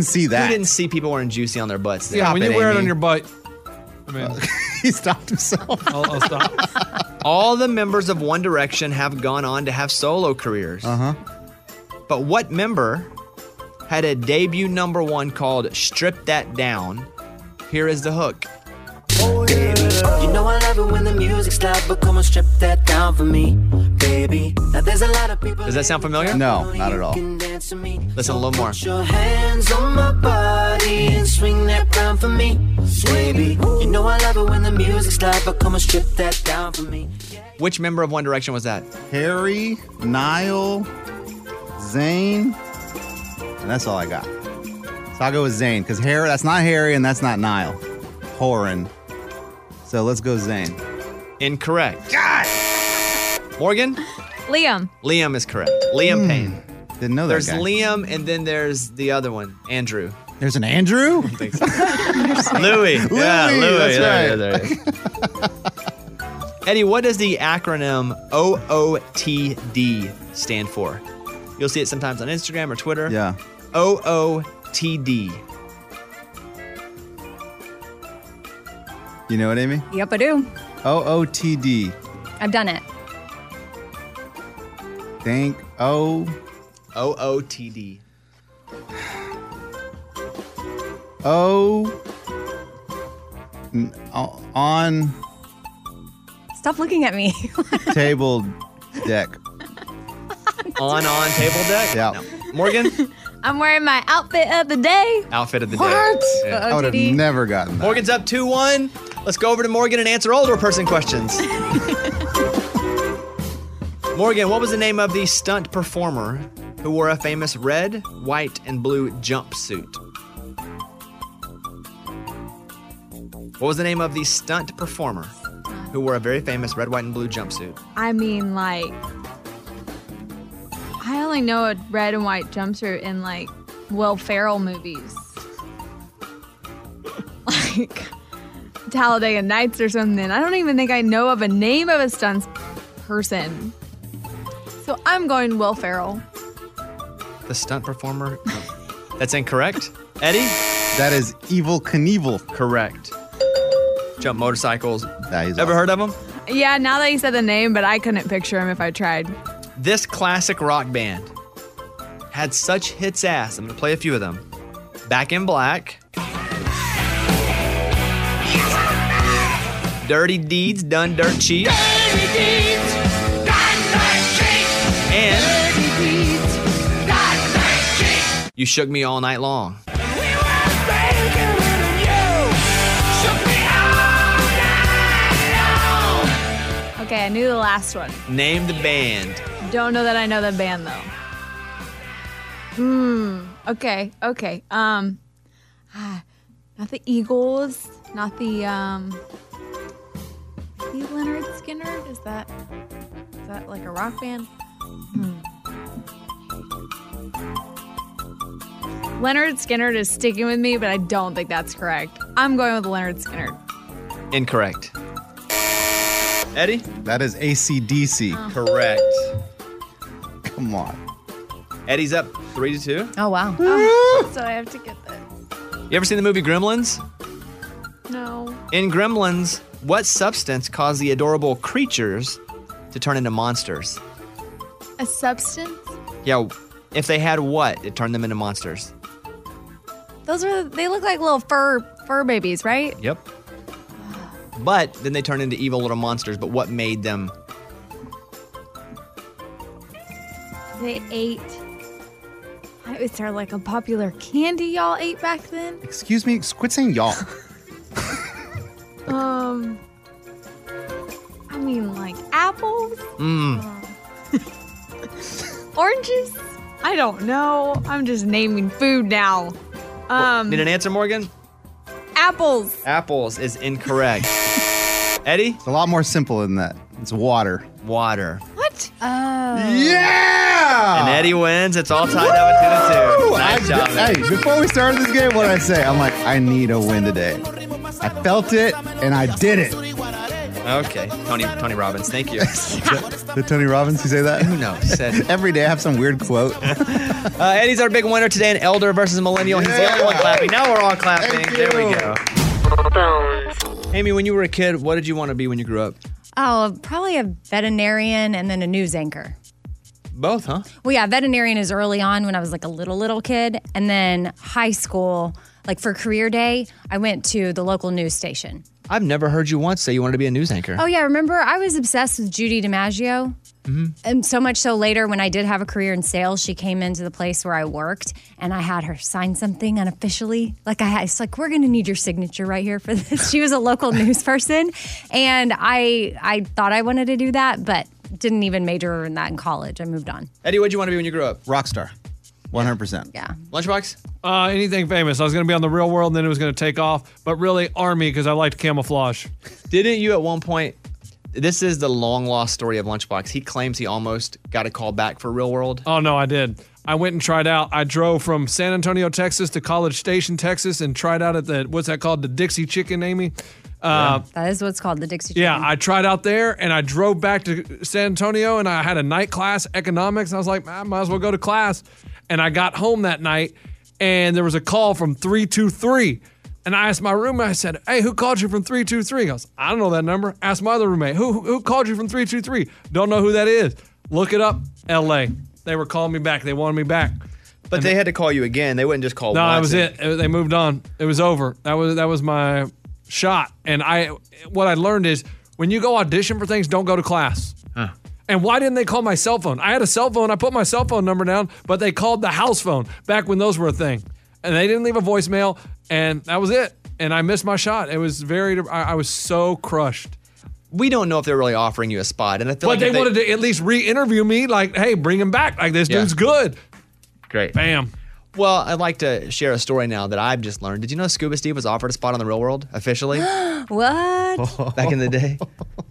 see that?
Who didn't see people wearing Juicy on their butts?
Yeah, when you wear it on your butt.
I mean,
he stopped himself.
I'll, I'll stop.
All the members of One Direction have gone on to have solo careers. Uh huh. But what member had a debut number one called Strip That Down? Here is the hook.
You know I love it when the music's loud, but come on, strip that down for me, baby. Now there's a lot of people.
Does that sound familiar? No, not at all.
can dance to me.
Listen a little more.
Put your hands on my body and swing that round for me, baby. You know I love it when the music's loud, but come on, strip that down for me.
Which member of One Direction was that?
Harry, Niall, Zane, and that's all I got. So I'll go with Zane because Harry, that's not Harry, and that's not Niall. Horan. So let's go Zane.
Incorrect. God! Morgan?
Liam.
Liam is correct. Liam Payne.
Hmm. Didn't know that
There's
guy.
Liam, and then there's the other one, Andrew.
There's an Andrew.
Louis. Yeah,
Louis,
Louis.
that's
There it
right.
is, there it is. Eddie, what does the acronym OOTD stand for? You'll see it sometimes on Instagram or Twitter.
Yeah.
OOTD.
You know what, Amy?
Yep, I do.
OOTD.
I've done it.
Think O
OOTD.
O n- o- on
Stop looking at me.
table deck.
on on table deck.
Yeah.
Morgan.
I'm wearing my outfit of the day.
Outfit of the
What?
day. Yeah.
I would have never gotten that.
Morgan's up 2 1. Let's go over to Morgan and answer older person questions. Morgan, what was the name of the stunt performer who wore a famous red, white, and blue jumpsuit? What was the name of the stunt performer who wore a very famous red, white, and blue jumpsuit?
I mean, like, I only know a red and white jumpsuit in like Will Ferrell movies, like Talladega Nights or something. I don't even think I know of a name of a stunt person. So I'm going Will Ferrell.
The stunt performer? That's incorrect. Eddie?
That is Evil Knievel.
Correct. Jump motorcycles.
Ever
heard of them?
Yeah, now that you said the name, but I couldn't picture him if I tried.
This classic rock band had such hits ass. I'm gonna play a few of them. Back in Black. Dirty Deeds Done Dirt Cheap. And You Shook Me All Night Long.
Okay, I knew the last one.
Name the band.
Don't know that I know the band though. Hmm. Okay. Okay. Um. ah, Not the Eagles. Not the um. The Leonard Skinner. Is that? Is that like a rock band? Hmm. Leonard Skinner is sticking with me, but I don't think that's correct. I'm going with Leonard Skinner.
Incorrect. Eddie? Uh-huh.
That is ACDC.
Correct.
Come on.
Eddie's up three to two.
Oh wow.
Oh, so I have to get this.
You ever seen the movie Gremlins?
No.
In Gremlins, what substance caused the adorable creatures to turn into monsters?
A substance.
Yeah, if they had what, it turned them into monsters.
Those are they look like little fur fur babies, right?
Yep. But then they turned into evil little monsters. But what made them?
They ate. Is there like a popular candy y'all ate back then?
Excuse me. Quit saying y'all.
Um, I mean like apples,
Mmm.
oranges. I don't know. I'm just naming food now. Um,
Need an answer, Morgan?
apples.
Apples is incorrect. Eddie? It's
a lot more simple than that. It's water.
Water.
What?
Oh.
Yeah!
And Eddie wins. It's all tied up at two to two.
Woo! I-
Nice job. Eddie.
Hey, before we started this game, what did I say? I'm like, I need a win today. I felt it and I did it.
Okay, Tony Tony Robbins. Thank you.
Did Tony Robbins you say that? Who Mm-hmm.
knows?
Every day I have some weird quote.
Uh, Eddie's our big winner today in Elder versus Millennial. He's the only one clapping. Now we're all clapping. There we go. Amy, when you were a kid, what did you want to be when you grew up?
Oh, probably a veterinarian and then a news anchor.
Both, huh?
Well, yeah, veterinarian is early on when I was like a little, little kid. And then high school, like for career day, I went to the local news station.
I've never heard you once say you wanted to be a news anchor.
Oh, yeah, remember I was obsessed with Judy DiMaggio?
Mhm.
And so much so later, when I did have a career in sales, she came into the place where I worked and I had her sign something unofficially. Like, I had, it's like, we're going to need your signature right here for this. She was a local news person. And I, I thought I wanted to do that, but didn't even major in that in college. I moved on.
Eddie, what did you want to be when you grew up?
Rock star. 100%.
Yeah.
Lunchbox?
Uh, anything famous. I was going to be on the real world and then it was going to take off, but really Army because I liked camouflage.
Didn't you at one point? This is the long lost story of Lunchbox. He claims he almost got a call back for Real World.
Oh, no, I did. I went and tried out. I drove from San Antonio, Texas to College Station, Texas and tried out at the, what's that called? The Dixie Chicken, Amy? Uh,
That is what's called the Dixie.
Yeah, I tried out there and I drove back to San Antonio and I had a night class economics. I was like, I might as well go to class. And I got home that night and there was a call from 323. And I asked my roommate, I said, Hey, who called you from 323? He goes, I don't know that number. Ask my other roommate, who, who called you from 323? Don't know who that is. Look it up, LA. They were calling me back. They wanted me back.
But they had to call you again. They wouldn't just call
No,
once.
that was it. Uh, They moved on. It was over. That was that was my shot. And I, what I learned is when you go audition for things, don't go to class. And why didn't they call my cell phone? I had a cell phone. I put my cell phone number down, but they called the house phone back when those were a thing. And they didn't leave a voicemail. And that was it. And I missed my shot. It was very. I, I was so crushed.
We don't know if they're really offering you a spot, and I feel
But
like
they,
if they-
wanted to at least re-interview me. Like, hey, bring him back. Like this
Yeah.
dude's good.
Great.
Bam.
Well, I'd like to share a story now that I've just learned. Did you know Scuba Steve was offered a spot on the Real World officially
what?
back in the day?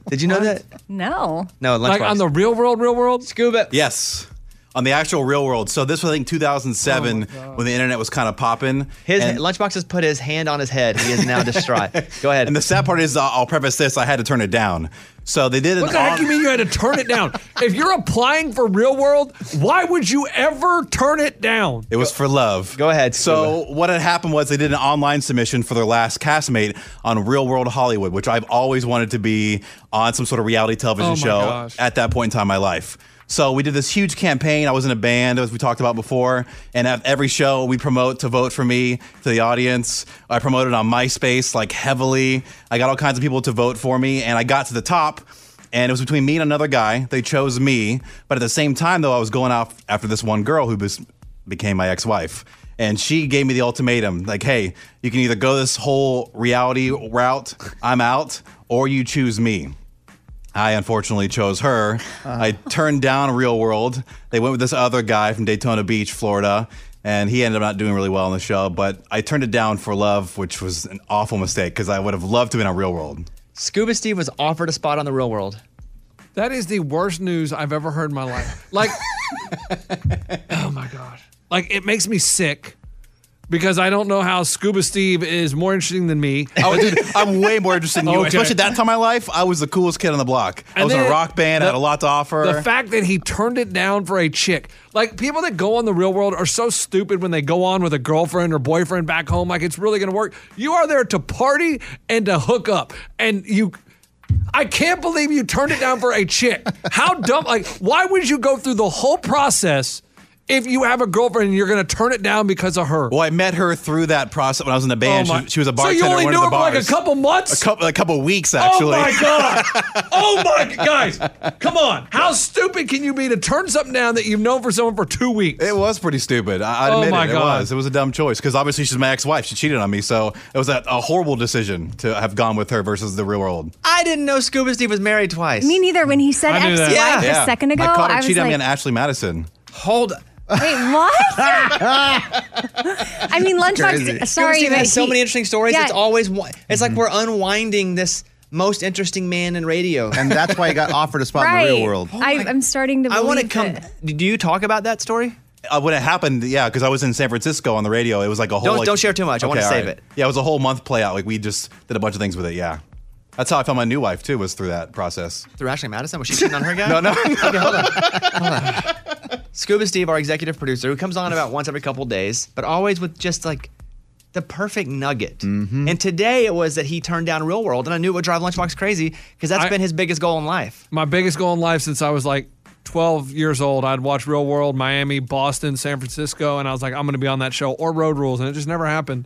Did you know that?
No.
No,
Like
Lunchbox.
on the
real world, real world?
Scuba.
Yes. On the actual real world. So this was, I think, 2007 when the internet was kind of popping.
His Lunchbox has put his hand on his head. He is now distraught. Go ahead.
And the sad part is, uh, I'll preface this I had to turn it down. So they did an
What the heck
on-
you mean you had to turn it down? if you're applying for real world, why would you ever turn it down?
It was for love. Go
ahead.
So what had happened was they did an online submission for their last castmate on Real World Hollywood, which I've always wanted to be on some sort of reality television
Oh my
show
gosh.
at that point in time in my life. So we did this huge campaign. I was in a band, as we talked about before, and at every show we promote to vote for me to the audience. I promoted on MySpace like heavily. I got all kinds of people to vote for me, and I got to the top and it was between me and another guy. They chose me, but at the same time, though, I was going off after this one girl who bes- became my ex-wife, and she gave me the ultimatum: like, hey, you can either go this whole reality route, I'm out, or you choose me. I unfortunately chose her.
Uh-huh.
I turned down Real World. They went with this other guy from Daytona Beach, Florida, and he ended up not doing really well on the show. But I turned it down for Love, which was an awful mistake because I would have loved to have been on Real World.
Scuba Steve was offered a spot on the Real World.
That is the worst news I've ever heard in my life. Like, oh my God. Like, it makes me sick because I don't know how Scuba Steve is more interesting than me.
Oh, dude, I'm way more interested than you. Especially at that time in my life, I was the coolest kid on the block. I
And
was in a
then
rock band, I
the-
had a lot to offer.
The fact that he turned it down for a chick. Like people that go on the real world are so stupid when they go on with a girlfriend or boyfriend back home. Like it's really gonna work. You are there to party and to hook up. And you I can't believe you turned it down for a chick. How dumb like why would you go through the whole process if you have a girlfriend and you're gonna turn it down because of her?
well, I met her through that process when I was in the band.
Oh my-
she, she was a
So you
bartender. at
only
one
knew
of the
her for like a
bars.
couple months?
A couple, a couple weeks
Oh
actually.
my god! Oh my guys, come on! How stupid can you be to turn something down that you've known for someone for two weeks?
It was pretty stupid. I, I
Oh
admit
my
it.
God.
It was. It was a dumb choice because obviously she's my ex-wife. She cheated on me, so it was a, a horrible decision to have gone with her versus the real world.
I didn't know Scuba Steve was married twice.
Me neither. When he said ex wife a second ago,
I caught her
I was
cheating on me
like,
on Ashley Madison.
Hold.
wait, what? I mean,
Lunchbox.
Lunchbox, sorry.
Steve
but
has so
he-
many interesting stories.
Yeah.
Mm-hmm.
It's always one. It's like we're unwinding this most interesting man in radio.
And that's why he got offered a spot
right. I, I'm starting to. Believe I want to come.
Do you talk about that story?
Uh, when it happened, yeah, because I was in San Francisco on the radio. It was like a whole.
Don't-
like-
don't share too much. I wanna
all
save
right.
it.
Yeah, it was a whole month play out. Like we just did a bunch of things with it. Yeah, that's how I found my new wife too. Was through that process.
Through Ashley Madison? Was she cheating on her guy?
No, no.
okay, hold on. Hold on. Scuba Steve, our executive producer, who comes on about once every couple days, but always with just like the perfect nugget. And today it was that he turned down Real World, and I knew it would drive Lunchbox crazy because that's
I-
been his biggest goal in life.
My biggest goal in life since I was like 12 years old, I'd watch Real World, Miami, Boston, San Francisco, and I was like, I'm going to be on that show or Road Rules, and it just never happened.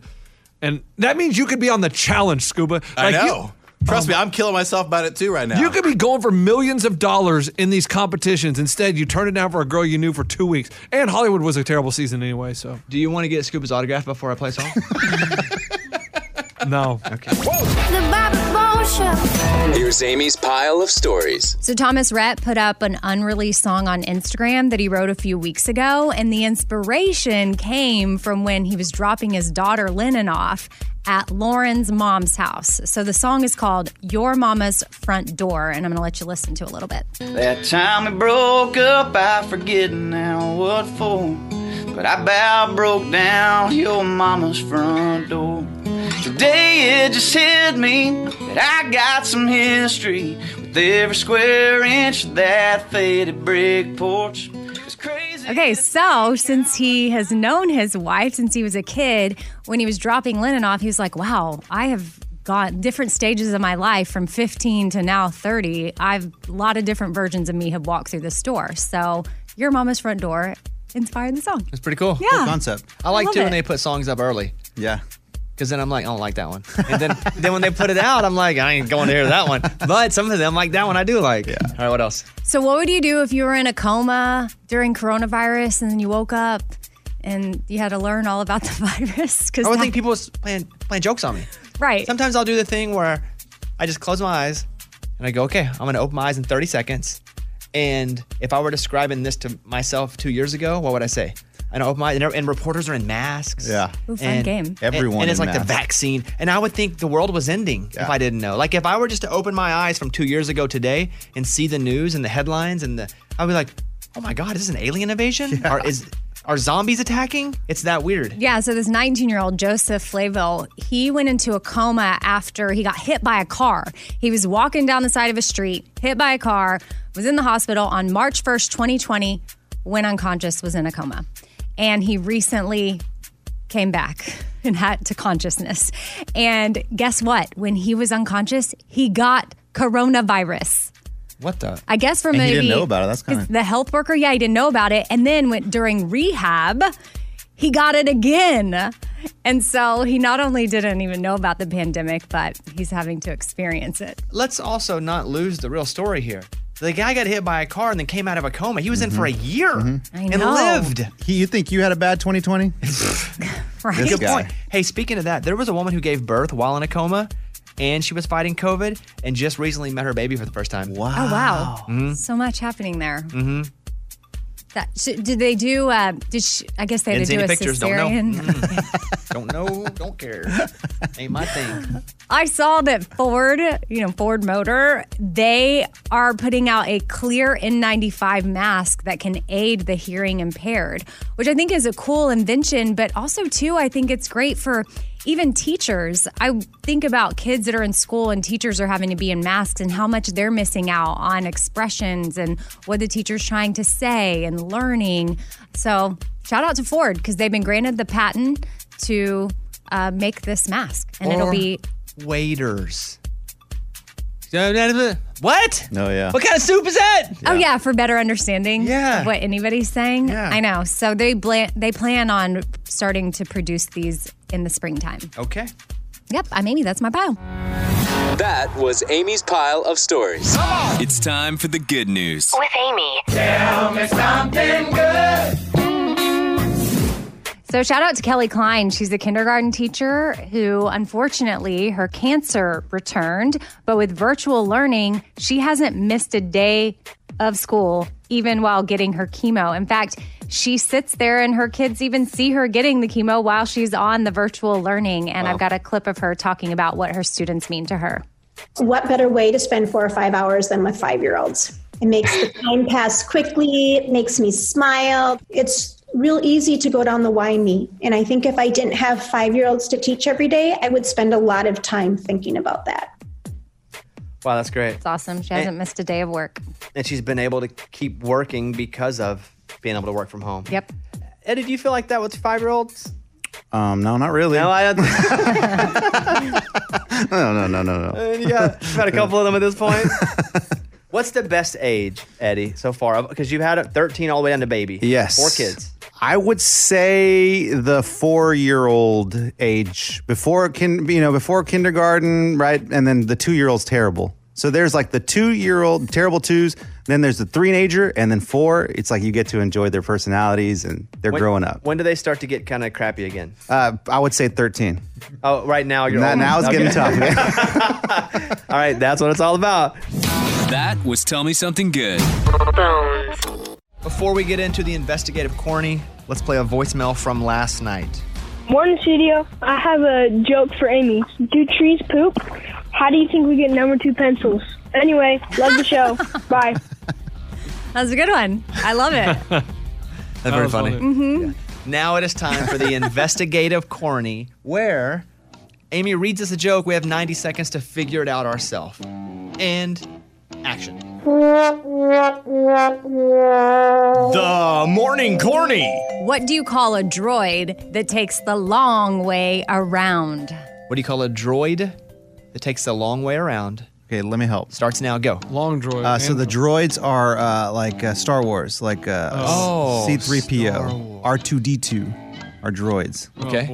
And that means you could be on the challenge, Scuba.
I
Like, you-
know. Trust me, I'm killing myself about it too right now.
You could be going for millions of dollars in these competitions. Instead, you turn it down for a girl you knew for two weeks. And Hollywood was a terrible season anyway, so.
Do you want to get Scuba's autograph before I play a song?
no.
Okay.
The Bobby Bones Show.
Here's Amy's pile of stories.
So Thomas Rhett put up an unreleased song on Instagram that he wrote a few weeks ago, and the inspiration came from when he was dropping his daughter Lennon off at Lauren's mom's house. So the song is called "Your Mama's Front Door," and I'm going to let you listen to a little bit.
That time we broke up, I forget now what for. But I about broke down your mama's front door. Today it just hit me that I got some history with every square inch of that faded brick porch.
Okay, so since he has known his wife since he was a kid, when he was dropping Lennon off, he was like, wow, I have got different stages of my life from 15 to now 30. I've a lot of different versions of me have walked through this door. So your mama's front door inspired the song.
It's pretty cool.
Yeah. Cool concept.
I like
Love
too
it.
when they put songs up early.
Yeah.
Cause then I'm like, I don't like that one. And then then when they put it out, I'm like, I ain't going to hear that one. But some of them like that one I do like. Yeah. All right, what else?
So what would you do if you were in a coma during coronavirus and then you woke up and you had to learn all about the virus? Because
I would think people was playing playing jokes on me.
Right.
Sometimes I'll do the thing where I just close my eyes and I go, okay, I'm gonna open my eyes in 30 seconds. And if I were describing this to myself two years ago, what would I say? And I open my and, and reporters are in masks.
Yeah.
Ooh, fun game.
and-
Everyone
And, it's
in
like the
masks.
vaccine. And I would think the world was ending if I didn't know. Like if I were just to open my eyes from two years ago today and see the news and the headlines and the, I'd be like, oh my God, is this an alien invasion? Are is are zombies attacking? It's that weird.
Yeah, so this 19 year old Joseph Flaville, he went into a coma after he got hit by a car. He was walking down the side of a street, hit by a car, was in the hospital on March 1st, 2020, went unconscious, was in a coma. And he recently came back and had to consciousness. And guess what? When he was unconscious, he got coronavirus.
What the?
I guess for
And he
maybe
didn't know about it. That's kinda-
the health worker. Yeah, he didn't know about it, and then went during rehab. He got it again, and so he not only didn't even know about the pandemic, but he's having to experience it.
let's also not lose the real story here. The guy got hit by a car and then came out of a coma. He was in for a year
Mm-hmm.
I
and
know.
lived.
He, you think you had a bad 2020? This
Good
guy.
point. Hey, speaking of that, there was a woman who gave birth while in a coma, and she was fighting COVID, and just recently met her baby for the first time. Wow!
Oh wow,
hmm
so much happening there.
hmm
That sh- did they do? Uh, did sh I guess they had
Didn't
to
see
do a
any pictures, don't know. Mm-hmm.
cesarean.
Don't know. Don't care. Ain't my thing.
I saw that Ford, you know, Ford Motor, they are putting out a clear N95 mask that can aid the hearing impaired, which I think is a cool invention, but also, too, I think it's great for even teachers. I think about kids that are in school and teachers are having to be in masks and how much they're missing out on expressions and what the teacher's trying to say and learning. So, shout out to Ford because they've been granted the patent to uh, make this mask and it'll
Or-
be
Waiters. What?
No, yeah.
What kind of soup is that?
Oh yeah, for better understanding yeah. of what anybody's saying. I know. So they bla- they plan on starting to produce these in the springtime.
Okay.
Yep, I'm Amy. That's my bio.
That was Amy's pile of stories. It's time for the good news.
With Amy.
Tell me something good.
So shout out to Kelly Klein. She's a kindergarten teacher who unfortunately her cancer returned, but with virtual learning, she hasn't missed a day of school even while getting her chemo. In fact, she sits there and her kids even see her getting the chemo while she's on the virtual learning and
Wow.
I've got a clip of her talking about what her students mean to her.
What better way to spend four or five hours than with five year olds? It makes the time pass quickly, it makes me smile. It's real easy to go down the why me. And I think if I didn't have five year olds to teach every day, I would spend a lot of time thinking about that.
Wow, that's great.
It's awesome.
Eh.
She hasn't missed a day of work.
And she's been able to keep working because of being able to work from home.
Yep.
Eddie, do you feel like that with five year olds?
Um, no, not really. No,
I
no, no, no, no, no.
And yeah, you've had a couple of them at this point. What's the best age, Eddie, so far? Because you've had it 13 all the way down to baby.
Yes.
Four kids.
I would say the four-year-old age before kin, you know, before kindergarten, right? And then the two-year-old's terrible. So there's like the two-year-old terrible twos. Then there's the three-ager, and then four. It's like you get to enjoy their personalities and they're
When-
growing up.
When do they start to get kind of crappy again?
Uh, I would say thirteen.
Oh, right now you're
Now-
old.
now it's getting
tough. all right, that's what it's all about.
That was Tell Me Something Good.
Before we get into the investigative corny, let's play a voicemail from last night.
Morning, studio. I have a joke for Amy. Do trees poop? How do you think we get number two pencils? Anyway, love the show. Bye.
That was a good one. I love it.
That's very funny.
hmm
Now it is time for the investigative corny, where Amy reads us a joke. We have 90 seconds to figure it out ourselves. And action.
The
morning corny.
What do you call a droid that takes the long way around?
What do you call a droid that takes a long way around?
Okay, let me help.
Starts now. Go.
Long droid.
Uh, so the droids are uh, like uh, Star Wars, like uh,
Oh, Star
C3PO, R2D2 are droids.
Oh,
Okay.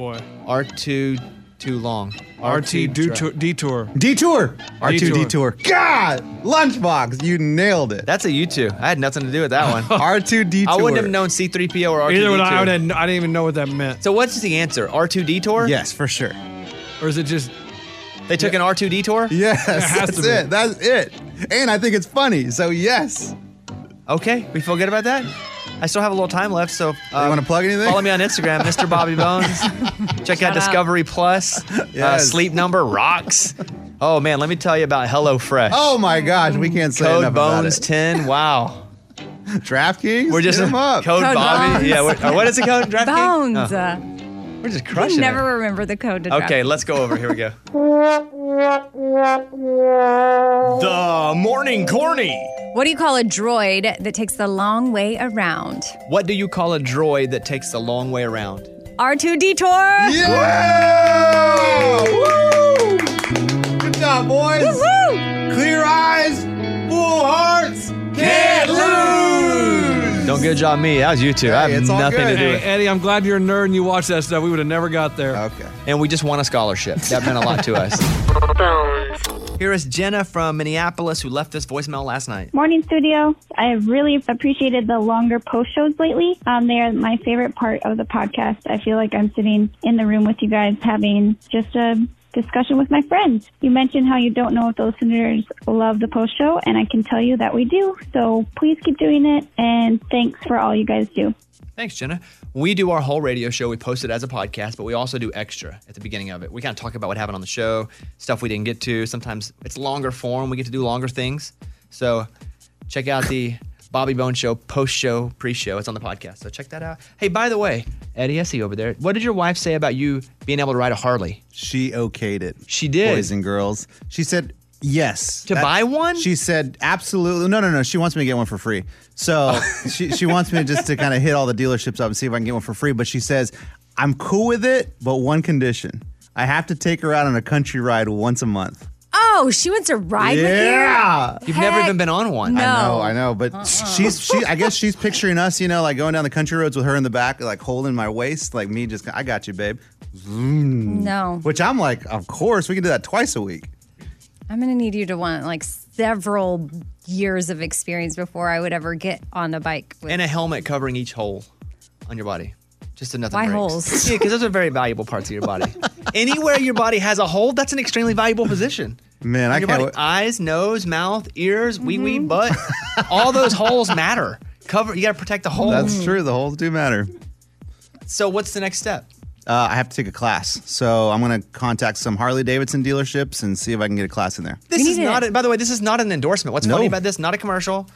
R2 too long.
RT detour.
Oh,
detour.
Detour. R2D2.
Detour.
God, lunchbox. You nailed it.
That's a you two. I had nothing to do with that one.
R2D2.
I wouldn't have known C3PO or R2D2.
Either would I, I, would have, I didn't even know what that meant.
So what's the answer? R2 detour?
Yes, for sure.
Or is it just
They took an R2 detour?
Yes, that's it. That's it. And I think it's funny. So yes.
Okay, we feel good about that. I still have a little time left, so um, you
want to plug anything?
Follow me on Instagram, Mr. Bobby Bones. Check out
Shout out.
Discovery Plus. Uh,
Yes.
sleep number rocks. Oh man, let me tell you about HelloFresh.
Oh my gosh, we can't say
Code
enough about
Bones
it.
ten. Wow.
DraftKings.
We're just
hit 'em up.
Code, Bobby. Yeah. we're- or what is it? Code DraftKings.
Bones.
Oh,
Uh,
we're just
we
crushing
never remember the code
it.
to
Okay, let's go over. Here we go.
The
morning corny.
What do you call a droid that takes the long way around?
What do you call a droid that takes the long way around?
R2 detour. Yeah.
Oh, Good job, boys. Clear eyes, full hearts, can't lose.
Don't good job me. That was you two. I have nothing to do
Hey,
with it.
Eddie, I'm glad you're a nerd and you watch that stuff. We would have never got there.
Okay.
And we just won a scholarship. That meant a lot to us. Here is Jenna from Minneapolis who left this voicemail last night.
Morning studio. I have really appreciated the longer post shows lately. Um, they are my favorite part of the podcast. I feel like I'm sitting in the room with you guys having just a discussion with my friends. You mentioned how you don't know if those listeners love the post show, and I can tell you that we do. So please keep doing it, and thanks for all you guys do.
Thanks, Jenna. We do our whole radio show. We post it as a podcast, but we also do extra at the beginning of it. We kind of talk about what happened on the show, stuff we didn't get to. Sometimes it's longer form. We get to do longer things. So check out the Bobby Bone Show post show, pre show. It's on the podcast. So check that out. Hey, by the way, Eddie, I see you over there. What did your wife say about you being able to ride a Harley?
She okayed it.
She did.
Boys and girls. She said yes.
To buy one?
She said absolutely. No, no, no. She wants me to get one for free. So
Oh.
she, she wants me just to kind of hit all the dealerships up and see if I can get one for free. But she says, I'm cool with it, but one condition. I have to take her out on a country ride once a month.
Oh, she wants to ride
yeah.
with you. Heck
been on one.
I know,
no. Uh-uh.
I know. But she's she I guess she's picturing us, you know, like going down the country roads with her in the back, like holding my waist, like me just I got you, babe. Zoom.
No.
Which I'm like, of course, we can do that twice a week.
I'm gonna need you to want like several years of experience before I would ever get on a bike.
And a helmet covering each hole on your body. Just enough.
Why
breaks.
holes?
Yeah, because those are very valuable parts of your body. Anywhere your body has a hole, that's an extremely valuable position.
Man, I
your
can't.
body. Eyes, nose, mouth, ears, wee wee,
Mm-hmm.
butt. All those holes matter. Cover. You got to protect the holes.
That's true. The holes do matter.
So what's the next step?
Uh, I have to take a class, so I'm gonna contact some Harley Davidson dealerships and see if I can get a class in there.
This is not. A, by the way, this is not an endorsement. What's
No.
funny about this? Not a commercial.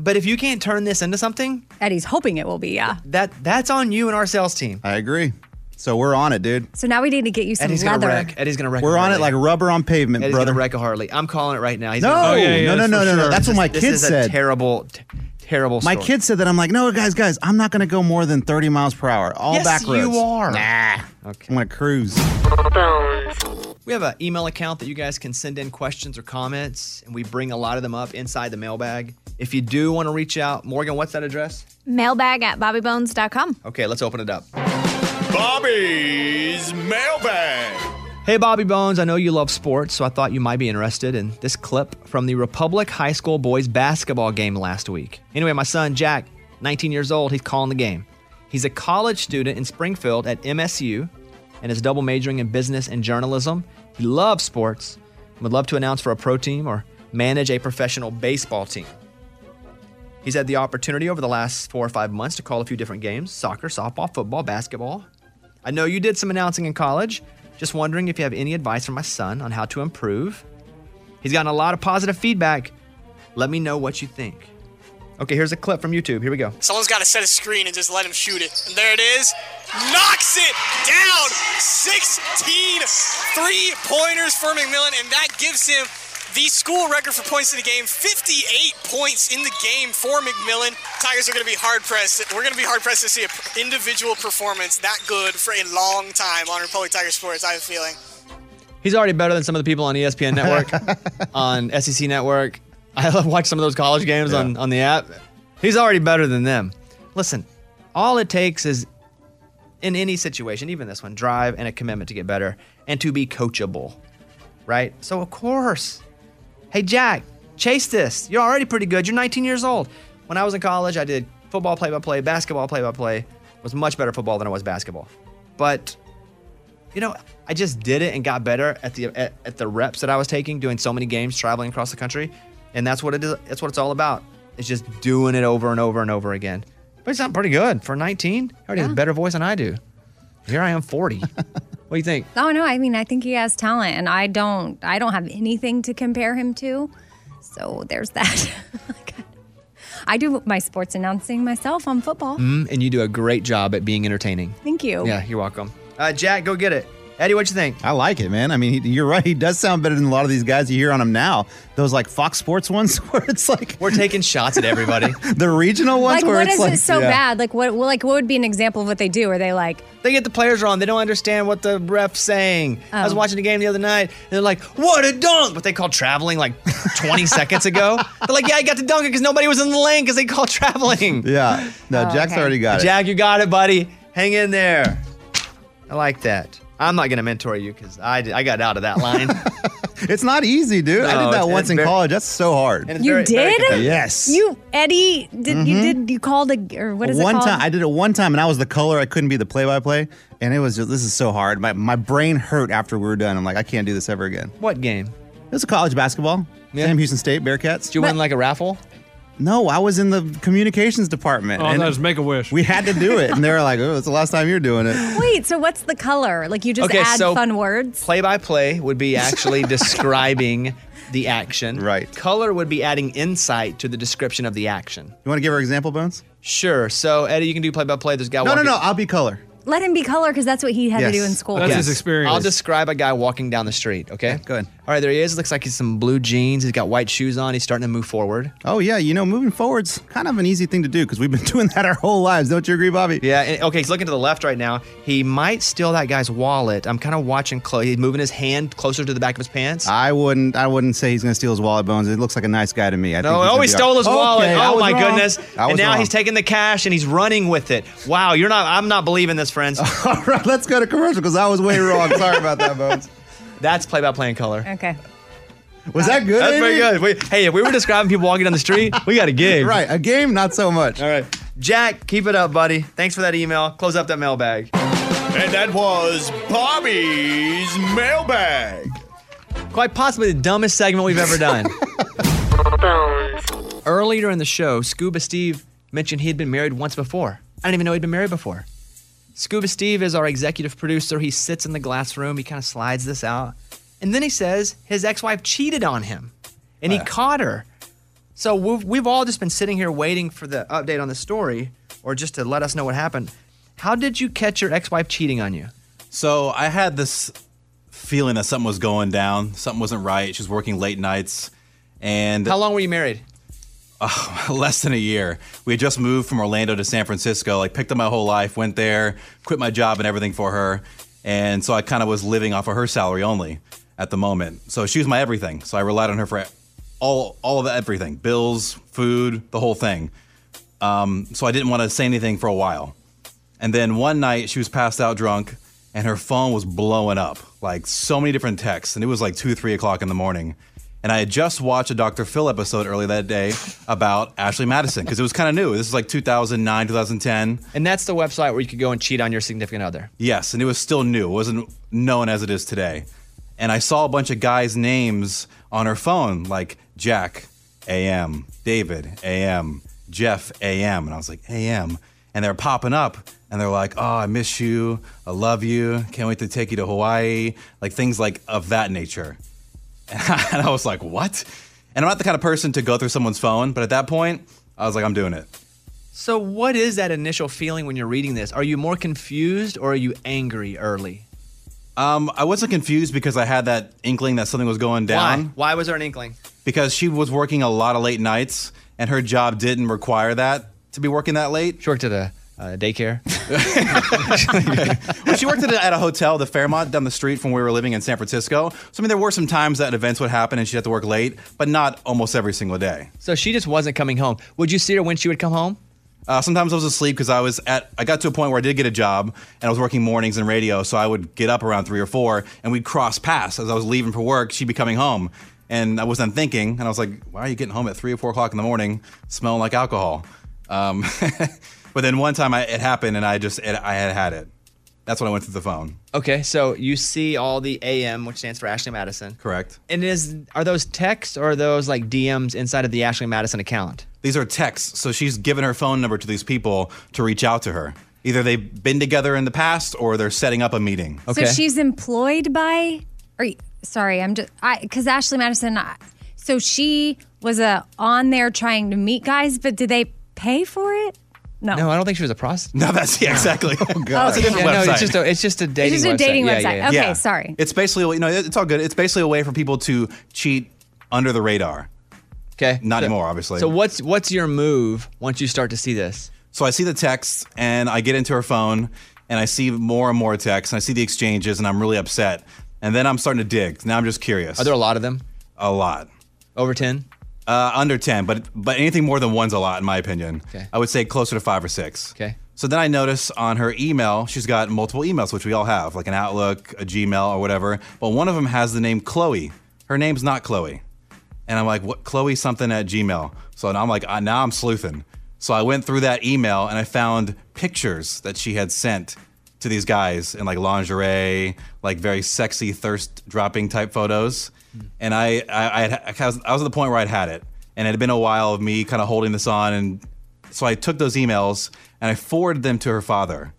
But if you can't turn this into something,
Eddie's hoping it will be, yeah.
that that's on you and our sales team.
I agree. So we're on it, dude.
So now we need to get you some
Eddie's
leather.
gonna wreck. Eddie's gonna wreck.
We're
a
on it
Harley.
like rubber on pavement,
Eddie's
brother.
gonna wreck a Harley. I'm calling it right now. He's
No,
gonna-
Oh, yeah, yeah, no, that's no, for no, no, sure. that's what
This
my
is-
kid
this is
said.
A terrible, t- terrible.
My
story.
kid said that I'm like, no, guys, guys, I'm not gonna go more than 30 miles per hour. All
Yes,
back roads.
you are.
Nah. I'm gonna cruise.
We have an email account that you guys can send in questions or comments, and we bring a lot of them up inside the mailbag. If you do want to reach out, Morgan, what's that address?
Mailbag at bobbybones.com.
Okay, let's open it up.
Bobby's mailbag.
Hey, Bobby Bones, I know you love sports, so I thought you might be interested in this clip from the Republic High School boys basketball game last week. Anyway, my son, Jack, 19 years old, he's calling the game. He's a college student in Springfield at MSU and is double majoring in business and journalism. He loves sports and would love to announce for a pro team or manage a professional baseball team. He's had the opportunity over the last four or five months to call a few different games soccer, softball, football, basketball. I know you did some announcing in college. Just wondering if you have any advice for my son on how to improve. He's gotten a lot of positive feedback. Let me know what you think. Okay, here's a clip from YouTube. Here we go.
Someone's got to set a screen and just let him shoot it. And there it is. Knocks it down. 16 three pointers for McMillan, and that gives him the school record for points in the game 58 points in the game for McMillan. Tigers are going to be hard pressed. We're going to be hard pressed to see an individual performance that good for a long time on Republic Tiger Sports, I have a feeling.
He's already better than some of the people on E ESPN Network, on SEC Network. I love watch some of those college games on, on the app. He's already better than them. Listen, all it takes is in any situation, even this one, drive and a commitment to get better and to be coachable. Right? So of course. Hey Jack, chase this. You're already pretty good. You're 19 years old. When I was in college, I did football play by play, basketball play by play. Was much better at football than I was basketball. But you know, I just did it and got better at the at, at the reps that I was taking, doing so many games, traveling across the country, and that's what it is. That's what it's all about. It's just doing it over and over and over again. But he's not pretty good for 19. He already has a better voice than I do. Here I am, 40. what do you think?
Oh no, I mean I think he has talent and I don't I don't have anything to compare him to. So there's that. I do my sports announcing myself on football.
Mm, and you do a great job at being entertaining.
Thank you.
Yeah, you're welcome. Uh, Jack, go get it. Eddie, what you think?
I like it, man. I mean, he, you're right. He does sound better than a lot of these guys you hear on him now. Those like Fox Sports ones where it's like
we're taking shots at everybody.
the regional ones
Like
where
what
it's
is
like
it so
Yeah.
bad? Like what well, like what would be an example of what they do? Are they like
They get the players wrong. They don't understand what the ref's saying. I was
Oh.
watching a game the other night, and they're like, "What a dunk!" What they called traveling like 20 seconds ago. They're like, "Yeah, I got to dunk it because nobody was in the lane because they called traveling."
Yeah. No, Oh, Jack's okay. already got it.
Jack, you got it, buddy. Hang in there. I like that. I'm not gonna mentor you because I, did- I got out of that line.
It's not easy, dude. I
No,
did that
it's-
once
it's
in
very-
college. That's so hard.
And
you did?
yes.
You Eddie did
Mm-hmm.
you did you called a or what is
one
it called?
time I did it one time and I was the color. I couldn't be the play-by-play, and it was just this is so hard. My my brain hurt after we were done. I'm like, I can't do this ever again.
What game?
It was a college basketball. Sam Houston State Bearcats. Did
you win like a raffle?
No, I was in the communications department.
Oh,
and
that was make a wish.
We had to do it, and they were like, "Oh, it's the last time you're doing it."
Wait, so what's the color? Like you just
Okay,
add
so-
fun words?
Play by play would be actually describing the action. Right. Color would be adding insight to the description of the action.
You want to give her example, Bones?
Sure. So Eddie, you can do play by play. There's a guy.
No, no,
walking-
no. I'll be color.
Let him be color because that's what he had to do in school.
experience. I'll describe a guy walking down the street, okay? go ahead. All right, there he is. Looks like he's some blue jeans. He's got white shoes on. He's starting to move forward.
Oh yeah, you know, moving forward's kind of an easy thing to do because we've been doing that our whole lives. Don't you agree, Bobby?
Yeah, and, okay, he's looking to the left right now. He might steal that guy's wallet. I'm kind of watching close. He's moving his hand closer to the back of his pants.
I wouldn't. I wouldn't say he's gonna steal his wallet, Bones. It looks like a nice guy to me. I
No,
think he's
oh,
gonna
he
be
stole his
all-
wallet.
Okay, I
oh
was
my
wrong.
goodness.
I was
And now
wrong.
he's taking the cash and he's running with it. Wow, you're not I'm not believing this, friends.
All right, let's go to commercial because I was way wrong. Sorry about that, Bones.
That's play by play in color.
Okay.
Was that good?
That's
Amy?
very good. We- hey, if we were describing people walking down the street, we got a gig.
Right, a game, not so much.
All right. Jack, keep it up, buddy. Thanks for that email. Close up that mailbag.
And that was Bobby's mailbag.
Quite possibly the dumbest segment we've ever done. Earlier in the show, Scuba Steve mentioned he had been married once before. I didn't even know he'd been married before. Scuba Steve is our executive producer. He sits in the glass room. He kind of slides this out. And then he says his ex wife cheated on him and
Ah.
he caught her. So we've, we've all just been sitting here waiting for the update on the story or just to let us know what happened. How did you catch your ex wife cheating on you?
So I had this feeling that something was going down. Something wasn't right. She was working late nights. And how
long were you married?
less than a year. We had just moved from Orlando to San Francisco. Like picked up my whole life, went there, quit my job and everything for her. And so I kind of was living off of her salary only at the moment. So she was my everything. So I relied on her for all all of everything, bills, food, the whole thing. Um, so I didn't want to say anything for a while. And then one night she was passed out drunk and her phone was blowing up like so many different texts. And it was like two, three o'clock in the morning. And I had just watched a Dr. Phil episode earlier that day about Ashley Madison because it was kind of new. This is like 2009, 2010.
And that's the website where you could go and cheat on your significant other.
Yes, and it was still new. It wasn't known as it is today. And I saw a bunch of guys' names on her phone, like Jack AM, David AM, Jeff AM. And I was like, AM. And they're popping up and they're like, oh, I miss you. I love you. Can't wait to take you to Hawaii. Like things like of that nature. And I, was like, what? And I'm not the kind of person to go through someone's phone, but at that point, I was like, I'm doing it.
So, what is that initial feeling when you're reading this? Are you more confused or are you angry early?
Um, I wasn't confused because I had that inkling that something was going down.
Why? Why was there an inkling?
because she was working a lot of late nights and her job didn't require that to be working that late.
She worked at a uh, daycare.
well, she worked at a, at a hotel, the Fairmont, down the street from where we were living in San Francisco. So, I mean, there were some times that events would happen and she'd have to work late, but not almost every single day.
So, she just wasn't coming home. Would you see her when she would come home?
Uh, sometimes I was asleep because I was at. I got to a point where I did get a job and I was working mornings in radio, so I would get up around three or four and we'd cross paths as I was leaving for work. She'd be coming home, and I wasn't thinking, and I was like, "Why are you getting home at three or four o'clock in the morning, smelling like alcohol?" Um, but then one time I, it happened, and I just it, I had had it. That's when I went through the phone.
Okay, so you see all the AM, which stands for Ashley Madison.
Correct.
And is are those texts or are those like DMs inside of the Ashley Madison account?
These are texts, so she's given her phone number to these people to reach out to her. Either they've been together in the past, or they're setting up a meeting.
So she's employed by, or sorry, I'm just I because Ashley Madison. I, so she was uh, on there trying to meet guys, but did they pay for it? No.
No, I don't think she was a prostitute.
No, that's yeah, exactly. Oh
God.
that's a different
Yeah, no,
website.
it's just a- it's just a dating
just a website. dating Yeah, yeah, website. yeah. Okay, sorry.
It's basically you know it- it's all good. It's basically a way for people to cheat under the radar.
Okay,
not
So-
anymore, obviously.
So what's what's your move once you start to see this?
So I see the text and I get into her phone and I see more and more texts and I see the exchanges and I'm really upset. And then I'm starting to dig. Now I'm just curious. Are there
a lot of them?
A lot.
Over 10?
Uh, under 10, but but anything more than one's a lot in my opinion.
Okay.
I would say closer to 5 or 6.
Okay.
So then I notice on her email, she's got multiple emails which we all have, like an Outlook, a Gmail or whatever, but one of them has the name Chloe. Her name's not Chloe. And I'm like, what? Chloe something at Gmail. So now I'm like, ah, now I'm sleuthing. So I went through that email and I found pictures that she had sent to these guys in like lingerie, like very sexy thirst dropping type photos. And I, I, I, had, I was I was at the point where I'd had it, and it had been a while of me kind of holding this on. And so I took those emails and I forwarded them to her father.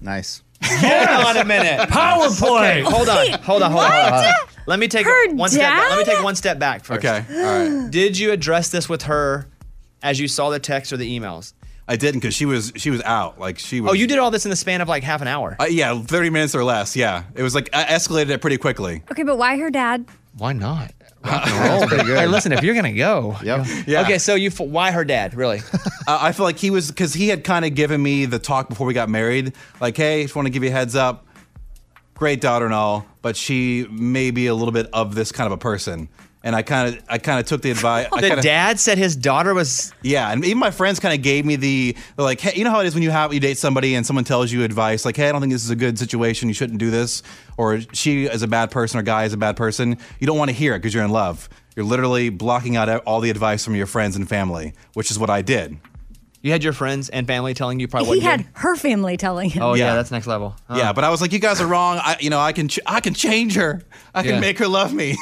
nice.
Hold on a minute.
Power
Okay, hold on. Hold on. Hold on. Hold on. hold on. Let me take
Her
one step. Back. Let me
dad?
take one step back first.
Okay, all right.
Did you address this with her as you saw the text or the emails?
I didn't because she was she was out. Like she was.
Oh, you did all this in the span of like half an hour.
Uh, yeah, thirty minutes or less. Yeah, it was like I escalated it pretty quickly.
Okay, but why her dad?
Why not? Hey, listen, if you're gonna go, yep.
Yeah.
Okay, so you f- why her dad really?
Uh, I feel like he was because he had kind of given me the talk before we got married. Like, hey, just want to give you a heads up. Great daughter and all, but she may be a little bit of this kind of a person. And I kind of, I kind of took the advice.
The dad said his daughter was.
Yeah, and even my friends kind of gave me the they're like, hey, you know how it is when you have you date somebody and someone tells you advice like, hey, I don't think this is a good situation. You shouldn't do this, or she is a bad person, or guy is a bad person. You don't want to hear it because you're in love. You're literally blocking out all the advice from your friends and family, which is what I did.
You had your friends and family telling you probably.
he Oh,
wasn't good?
had her family telling him.
Oh, that's next level. Oh.
Yeah, but I was like, you guys are wrong. I, you know, I can, ch- I can change her. I can
Yeah.
make her love me.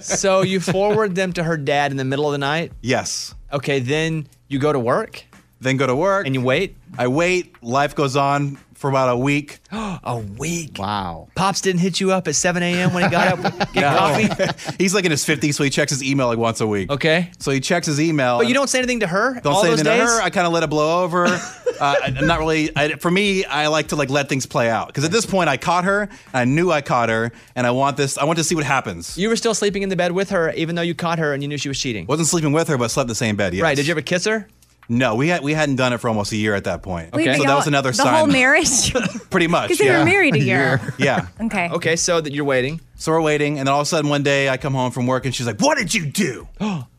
so you forward them to her dad in the middle of the night?
Yes.
Okay, then you go to work?
then go to work. And
you wait?
I wait. Life goes on for about a week.
a week?
Wow.
Pops didn't hit you up at 7 a.m. when he got up. Get coffee.
He's like in his 50s, so he checks his email like once a week.
Okay.
So he checks his email.
But you don't say anything to her.
Don't
all
say
those
anything
days?
to her. I kind of let it blow over. uh, I- I'm not really. I, for me, I like to like let things play out because at this point, I caught her. I knew I caught her, and I want this. I want to see what happens.
You were still sleeping in the bed with her, even though you caught her and you knew she was cheating.
Wasn't sleeping with her, but slept in the same bed. Yes.
Right. Did you ever kiss her?
No, we had we hadn't done it for almost a year at that point.
Wait, but
so that
y'all-
was another
the
sign.
whole marriage.
Pretty much.
Because they were
yeah.
married a year.
yeah.
Okay.
Okay, so that you're waiting.
So we're waiting, and then all of a sudden one day I come home from work, and she's like, "What did you do?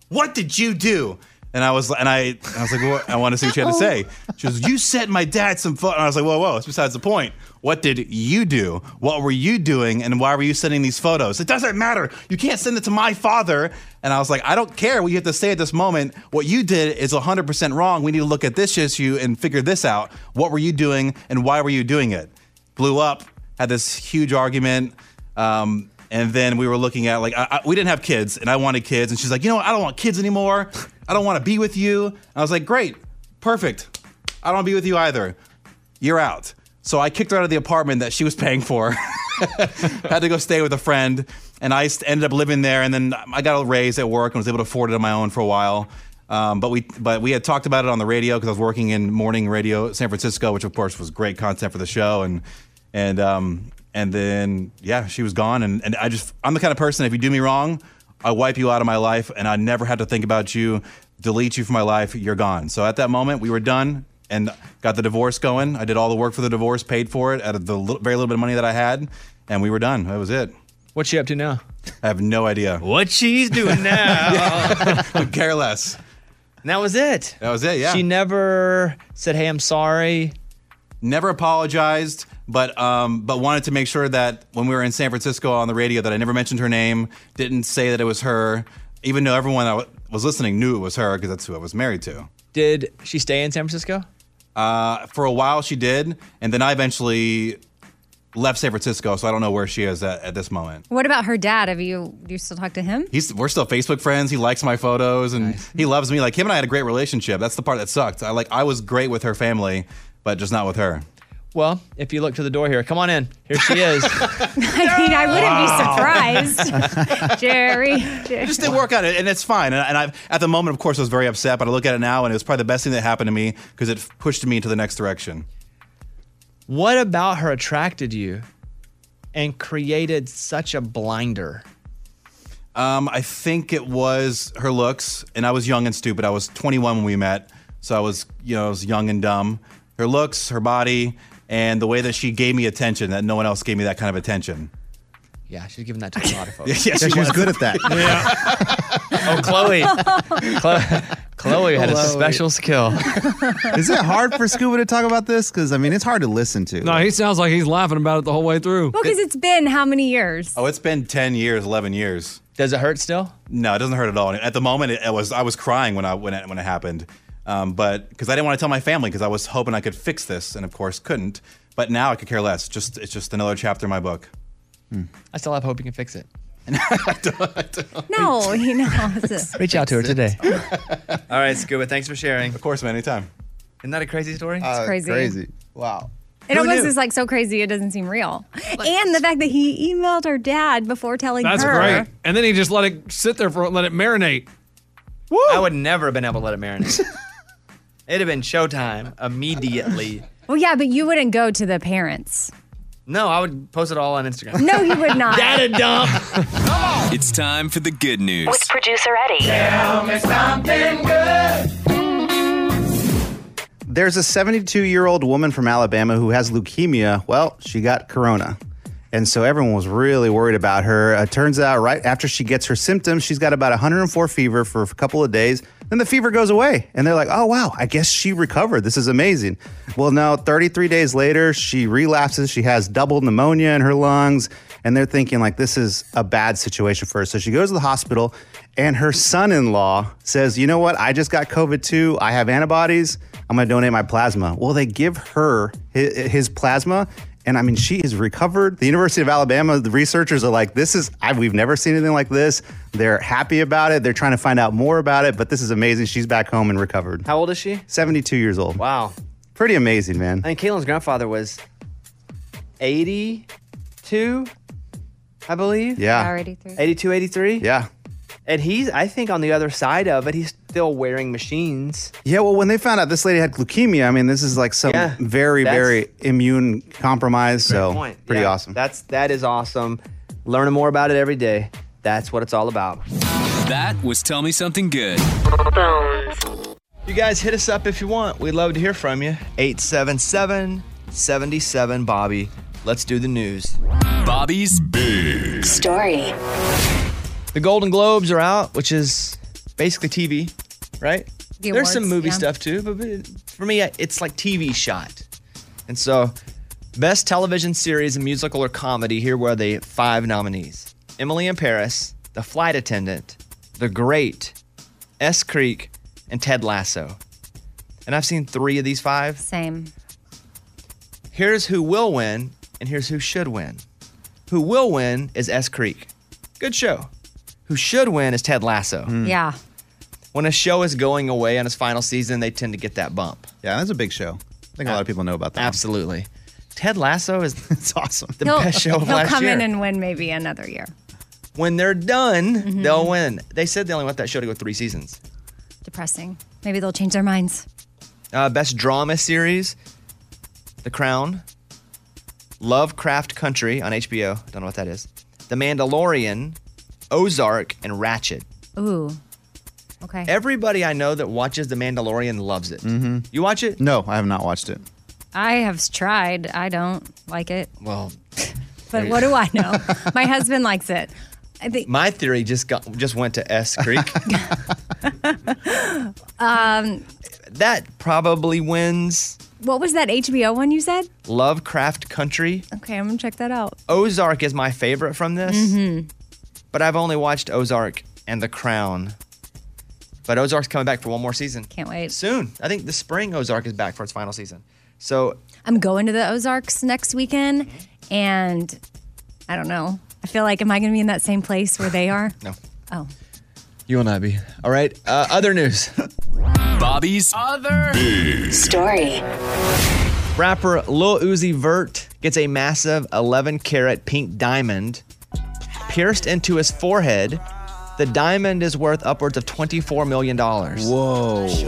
What did you do?" And I was, and I, I was like, well, "I want to see what she had to say." She was, "You sent my dad some fun," and I was like, "Whoa, whoa, it's besides the point. What did you do? What were you doing? And why were you sending these photos? It doesn't matter. You can't send it to my father." And I was like, "I don't care what you have to say at this moment. What you did is 100% wrong. We need to look at this issue and figure this out. What were you doing, and why were you doing it?" Blew up. Had this huge argument. Um, and then we were looking at like I, I, we didn't have kids, and I wanted kids, and she's like, you know, what? I don't want kids anymore. I don't want to be with you. And I was like, great, perfect. I don't want to be with you either. You're out. So I kicked her out of the apartment that she was paying for. Had to go stay with a friend, and I st- ended up living there. And then I got a raise at work and was able to afford it on my own for a while. Um, but we but we had talked about it on the radio because I was working in morning radio at San Francisco, which of course was great content for the show. And and um, and then yeah, she was gone. And and I just I'm the kind of person if you do me wrong, I wipe you out of my life, and I never had to think about you, delete you from my life. You're gone. So at that moment, we were done and got the divorce going. I did all the work for the divorce, paid for it out of the li- very little bit of money that I had, and we were done. That was it.
What's she up to now?
I have no idea.
What she's doing now?
Would care less.
And that was it.
That was it. Yeah.
She never said, "Hey, I'm sorry."
Never apologized, but um, but wanted to make sure that when we were in San Francisco on the radio, that I never mentioned her name, didn't say that it was her, even though everyone that wa- was listening knew it was her because that's who I was married to.
Did she stay in San Francisco?
Uh, for a while, she did, and then I eventually left San Francisco, so I don't know where she is at, at this moment.
What about her dad? Have you do you still talk to him?
He's we're still Facebook friends. He likes my photos and he loves me. Like him and I had a great relationship. That's the part that sucked. I like I was great with her family, but just not with her.
Well, if you look to the door here, come on in. Here she is.
I mean, I wouldn't be surprised. Jerry.
It just didn't work out, and it's fine. And, and I've at the moment, of course, I was very upset, but I look at it now, and it was probably the best thing that happened to me because it pushed me into the next direction.
what about her attracted you and created such a blinder?
Um, I think it was her looks, and I was young and stupid. I was 21 when we met, so I was, you know, I was young and dumb. Her looks, her body, and the way that she gave me attention that no one else gave me that kind of attention.
Yeah, she's giving that to a lot of folks.
Yeah, she was good at that.
Oh, Chloe. Chloe. Chloe had a
Chloe.
special skill.
Is it hard for Scuba to talk about this? Because I mean, it's hard to listen to.
No, he sounds like he's laughing about it the whole way through.
Well, because it's been how many years?
Oh, it's been 10 years, 11 years.
Does it hurt still?
No, it doesn't hurt at all. At the moment, it, it was I was crying when I when it, when it happened, um, but because I didn't want to tell my family because I was hoping I could fix this, and of course couldn't. But now I could care less. Just it's just another chapter in my book.
I still have hope you can fix it.
No, you know. it's a-
Reach out to her today.
All right, Scuba, thanks for sharing. Of
course, man, anytime.
Isn't that a crazy story?
It's crazy. crazy.
Wow.
It
Who
almost
knew?
is like so crazy it doesn't seem real. and the fact that he emailed her dad before telling
That's
her.
great. And then he just let it sit there for let it marinate.
I would never have been able to let it marinate. It'd have been showtime immediately.
Well, yeah, but you wouldn't go to the parents.
No, I would post it all on Instagram.
No, you would not.
Data dump.
It's time for the good news.
With producer Eddie.
Tell me something good.
There's a 72 year old woman from Alabama who has leukemia. Well, she got corona. And so everyone was really worried about her. Uh, turns out, right after she gets her symptoms, she's got about 104 fever for a couple of days. Then the fever goes away. And they're like, oh, wow, I guess she recovered. This is amazing. Well, no, 33 days later, she relapses. She has double pneumonia in her lungs. And they're thinking, like, this is a bad situation for her. So she goes to the hospital, and her son in law says, you know what? I just got COVID too. I have antibodies. I'm going to donate my plasma. Well, they give her hi- his plasma And I mean, she is recovered. The University of Alabama, the researchers are like, this is, I, we've never seen anything like this. They're happy about it. They're trying to find out more about it, but this is amazing. She's back home and recovered.
How old is she?
72 years old.
Wow.
Pretty amazing, man.
I think Caitlin's grandfather was 82, I believe.
Yeah. Or
83.
82, 83.
Yeah.
And he's, I think, on the other side of it, he's still wearing machines.
Yeah, well, when they found out this lady had leukemia, I mean, this is like some
Yeah,
very,
that's-
very immune compromised.
Great
So
point.
pretty
Yeah,
awesome.
That's that is awesome. Learning more about it every day. That's what it's all about.
That was Tell Me Something Good.
You guys hit us up if you want. We'd love to hear from you. 877 77 Bobby. Let's do the news.
Bobby's Big
Story.
The Golden Globes are out, which is basically TV, right?
The
There's some
awards,
movie
yeah.
stuff too, but it- for me, it's like TV shot. And so, best television series, musical, or comedy, here were the five nominees Emily in Paris, The Flight Attendant, The Great, S Creek, and Ted Lasso. And I've seen three of these five.
Same.
Here's who will win, and here's who should win. Who will win is S Creek. Good show. Who should win is Ted Lasso.
Hmm.
Yeah.
When a show is going away on its final season, they tend to get that bump.
Yeah, that's a big show. I think a lot of people know about that.
Absolutely. Ted Lasso is
it's awesome.
The best show of
he'll
last
come
year.
in and win maybe another year.
when they're done,
Mm-hmm.
they'll win. They said they only want that show to go three seasons.
Depressing. Maybe they'll change their minds.
Uh, best drama series, The Crown, Lovecraft Country on HBO. Don't know what that is. The Mandalorian, Ozark, and Ratchet.
Ooh. Okay.
Everybody I know that watches The Mandalorian loves it. You watch it?
Mm-hmm. No, I have not watched it.
I have tried. I don't like it.
Well,
But what do I know? My husband likes it. I think
my theory just got just went to S Creek.
um
that probably wins
what was that HBO one you said?
Lovecraft Country.
Okay, I'm gonna check that out.
Ozark is my favorite from this,
Mm-hmm.
but I've only watched Ozark and The Crown. But Ozark's coming back for one more season.
Can't wait.
Soon. I think this spring Ozark is back for its final season. So
I'm going to the Ozarks next weekend and I don't know. I feel like am I gonna be in that same place where they are?
No.
Oh.
you will not be. All right. Uh, other news.
Bobby's Other Big
Story.
Rapper Lil Uzi Vert gets a massive 11 karat pink diamond pierced into his forehead. The diamond is worth upwards of $24 million. Whoa.
She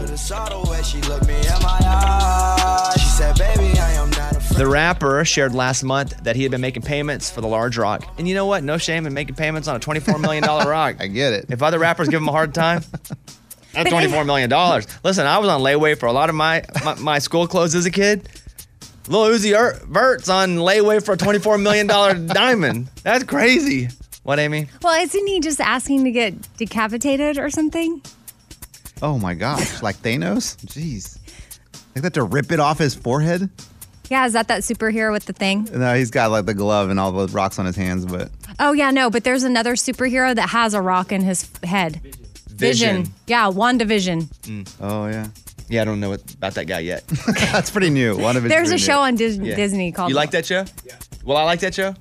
said, baby, I am not a
The rapper shared last month that he had been making payments for the large rock. And you know what? No shame in making payments on a $24 million rock. I
get it.
If other rappers give him a hard time, that's $24 million. Listen, I was on layaway for a lot of my, my, my school clothes as a kid. Lil Uzi Er- Vert's on layaway for a $24 million diamond. That's crazy. What, Amy?
Well, isn't he just asking to get decapitated or something?
Oh my gosh. Like Thanos? Jeez. Like that to rip it off his forehead?
Yeah, is that that superhero with the thing?
No, he's got like the glove and all the rocks on his hands, but
Oh yeah, no, but there's another superhero that has a rock in his f- head. Vision.
Vision.
Yeah, WandaVision.
Oh yeah.
Yeah, I don't know what, about that guy yet.
that's pretty new. One of his
There's a show on Dis- Disney called.
You like that show? Yeah. Well, I like that show.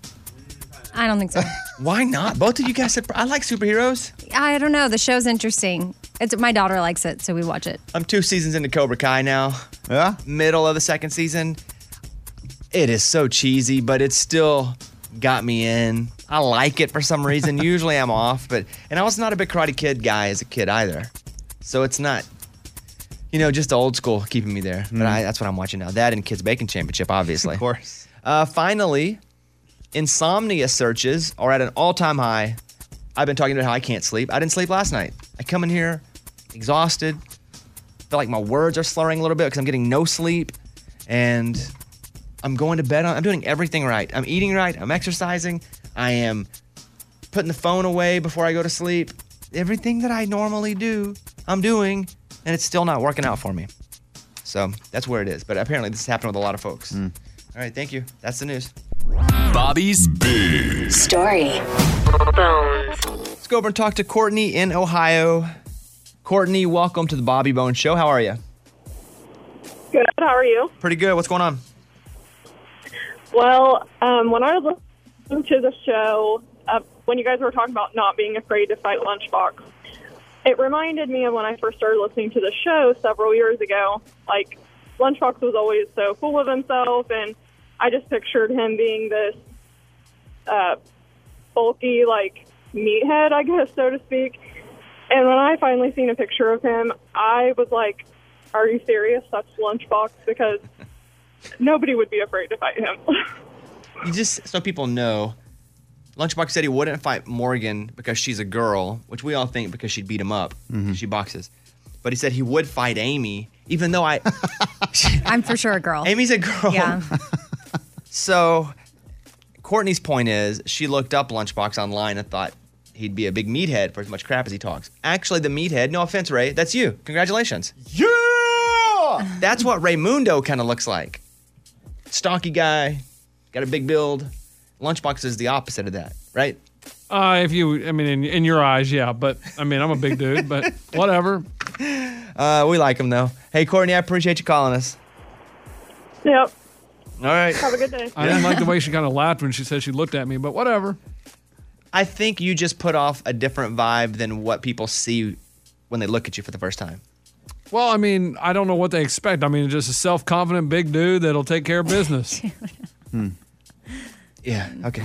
I don't think so.
Why not? Both of you guys said I like superheroes.
I don't know. The show's interesting. It's my daughter likes it, so we watch it.
I'm two seasons into Cobra Kai now.
Yeah.
Middle of the second season. It is so cheesy, but it still got me in. I like it for some reason. Usually I'm off, but and I was not a big Karate Kid guy as a kid either, so it's not. You know, just the old school keeping me there. But I, that's what I'm watching now. That and Kids Bacon Championship, obviously. of
Mm-hmm. course.
Uh, finally, insomnia searches are at an all-time high. I've been talking about how I can't sleep. I didn't sleep last night. I come in here exhausted. Feel like my words are slurring a little bit because I'm getting no sleep, and I'm going to bed on. I'm doing everything right. I'm eating right. I'm exercising. I am putting the phone away before I go to sleep. Everything that I normally do, I'm doing, and it's still not working out for me. So that's where it is. But apparently, this has happened with a lot of folks. All right, thank you. That's the news.
Bobby's Big
Story.
Let's go over and talk to Courtney in Ohio. Courtney, welcome to the Bobby Bone Show. How are you?
Good. How are you?
Pretty good. What's going on?
Well, um, when I was listening to the show, uh, when you guys were talking about not being afraid to fight Lunchbox, it reminded me of when I first started listening to the show several years ago. Like, Lunchbox was always so full of himself, and I just pictured him being this uh, bulky, like, meathead, I guess, so to speak. And when I finally seen a picture of him, I was like, are you serious? That's Lunchbox because nobody would be afraid to fight him.
You just so people know, Lunchbox said he wouldn't fight Morgan because she's a girl, which we all think because she'd beat him up. 'cause She boxes, but he said he would fight Amy, even though I
I'm for sure a girl.
Amy's a girl.
Yeah.
So, Courtney's point is she looked up Lunchbox online and thought he'd be a big meathead for as much crap as he talks. Actually, the meathead, no offense, Ray, that's you. Congratulations. Yeah! That's what Raymundo kind of looks like. Stocky guy, got a big build. Lunchbox is the opposite of that, right?
Uh, if you, I mean, in, in your eyes, yeah. But I mean, I'm a big dude, but whatever.
Uh, we like him though. Hey, Courtney, I appreciate you calling us.
Yep.
All right.
Have a good day.
I didn't like the way she kind of laughed when she said she looked at me, but whatever.
I think you just put off a different vibe than what people see when they look at you for the first time.
Well, I mean, I don't know what they expect. I mean, just a self confident big dude that'll take care of business.
Yeah. Okay.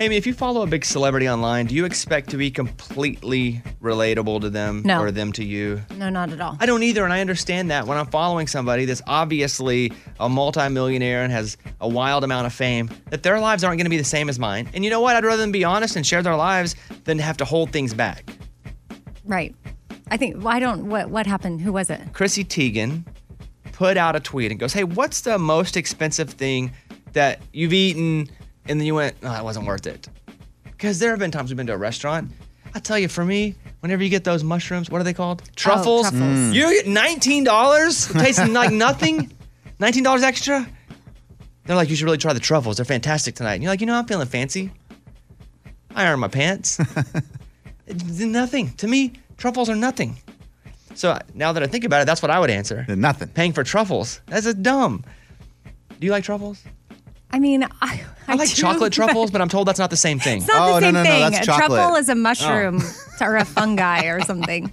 Amy, if you follow a big celebrity online, do you expect to be completely relatable to them
No.
or them to you?
No, not at all.
I don't either, and I understand that when I'm following somebody that's obviously a multimillionaire and has a wild amount of fame, that their lives aren't going to be the same as mine. And you know what? I'd rather them be honest and share their lives than have to hold things back.
Right. I think well, I don't what what happened? Who was it?
Chrissy Teigen put out a tweet and goes, "Hey, what's the most expensive thing that you've eaten?" And then you went, "No, that wasn't worth it," because there have been times we've been to a restaurant. I tell you, for me, whenever you get those mushrooms, what are they called? Truffles.
truffles. Mm.
You get nineteen dollars. Tastes like nothing. Nineteen dollars extra. They're like, you should really try the truffles. They're fantastic tonight. And you're like, you know, I'm feeling fancy. I iron my pants. It's nothing to me. Truffles are nothing. So uh, now that I think about it, that's what I would answer.
Nothing.
Paying for truffles. That's a dumb. Do you like truffles?
I mean, I, I,
I like
do,
chocolate
but
truffles, but I'm told that's not the same thing.
It's not the same thing. a truffle
Oh.
is a mushroom or a fungi or something.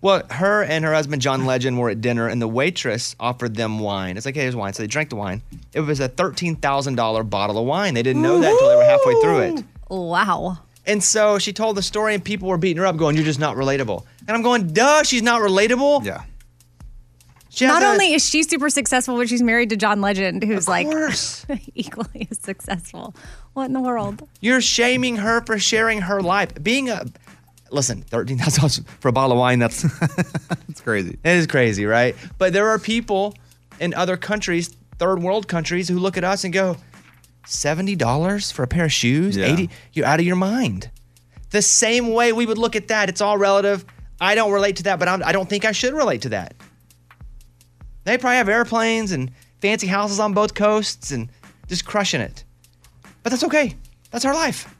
Well, her and her husband John Legend were at dinner, and the waitress offered them wine. It's like, hey, here's wine. So they drank the wine. It was a thirteen thousand dollar bottle of wine. They didn't know that until they were halfway through it.
Wow.
And so she told the story, and people were beating her up, going, "You're just not relatable." And I'm going, "Duh, she's not relatable." Yeah. She has
Not
a-
only is she super successful, but she's married to John Legend, who's like
course.
equally as successful. What in the world?
You're shaming her for sharing her life. Being a listen, thirteen thousand dollars for a bottle of wine. That's that's
crazy.
It is crazy, right? But there are people in other countries, third world countries, who look at us and go, seventy dollars for a pair of shoes, eighty. You're out of your mind. The same way we would look at that. It's all relative. I don't relate to that, but I'm, I don't think I should relate to that. They probably have airplanes and fancy houses on both coasts and just crushing it. But that's okay. That's her life.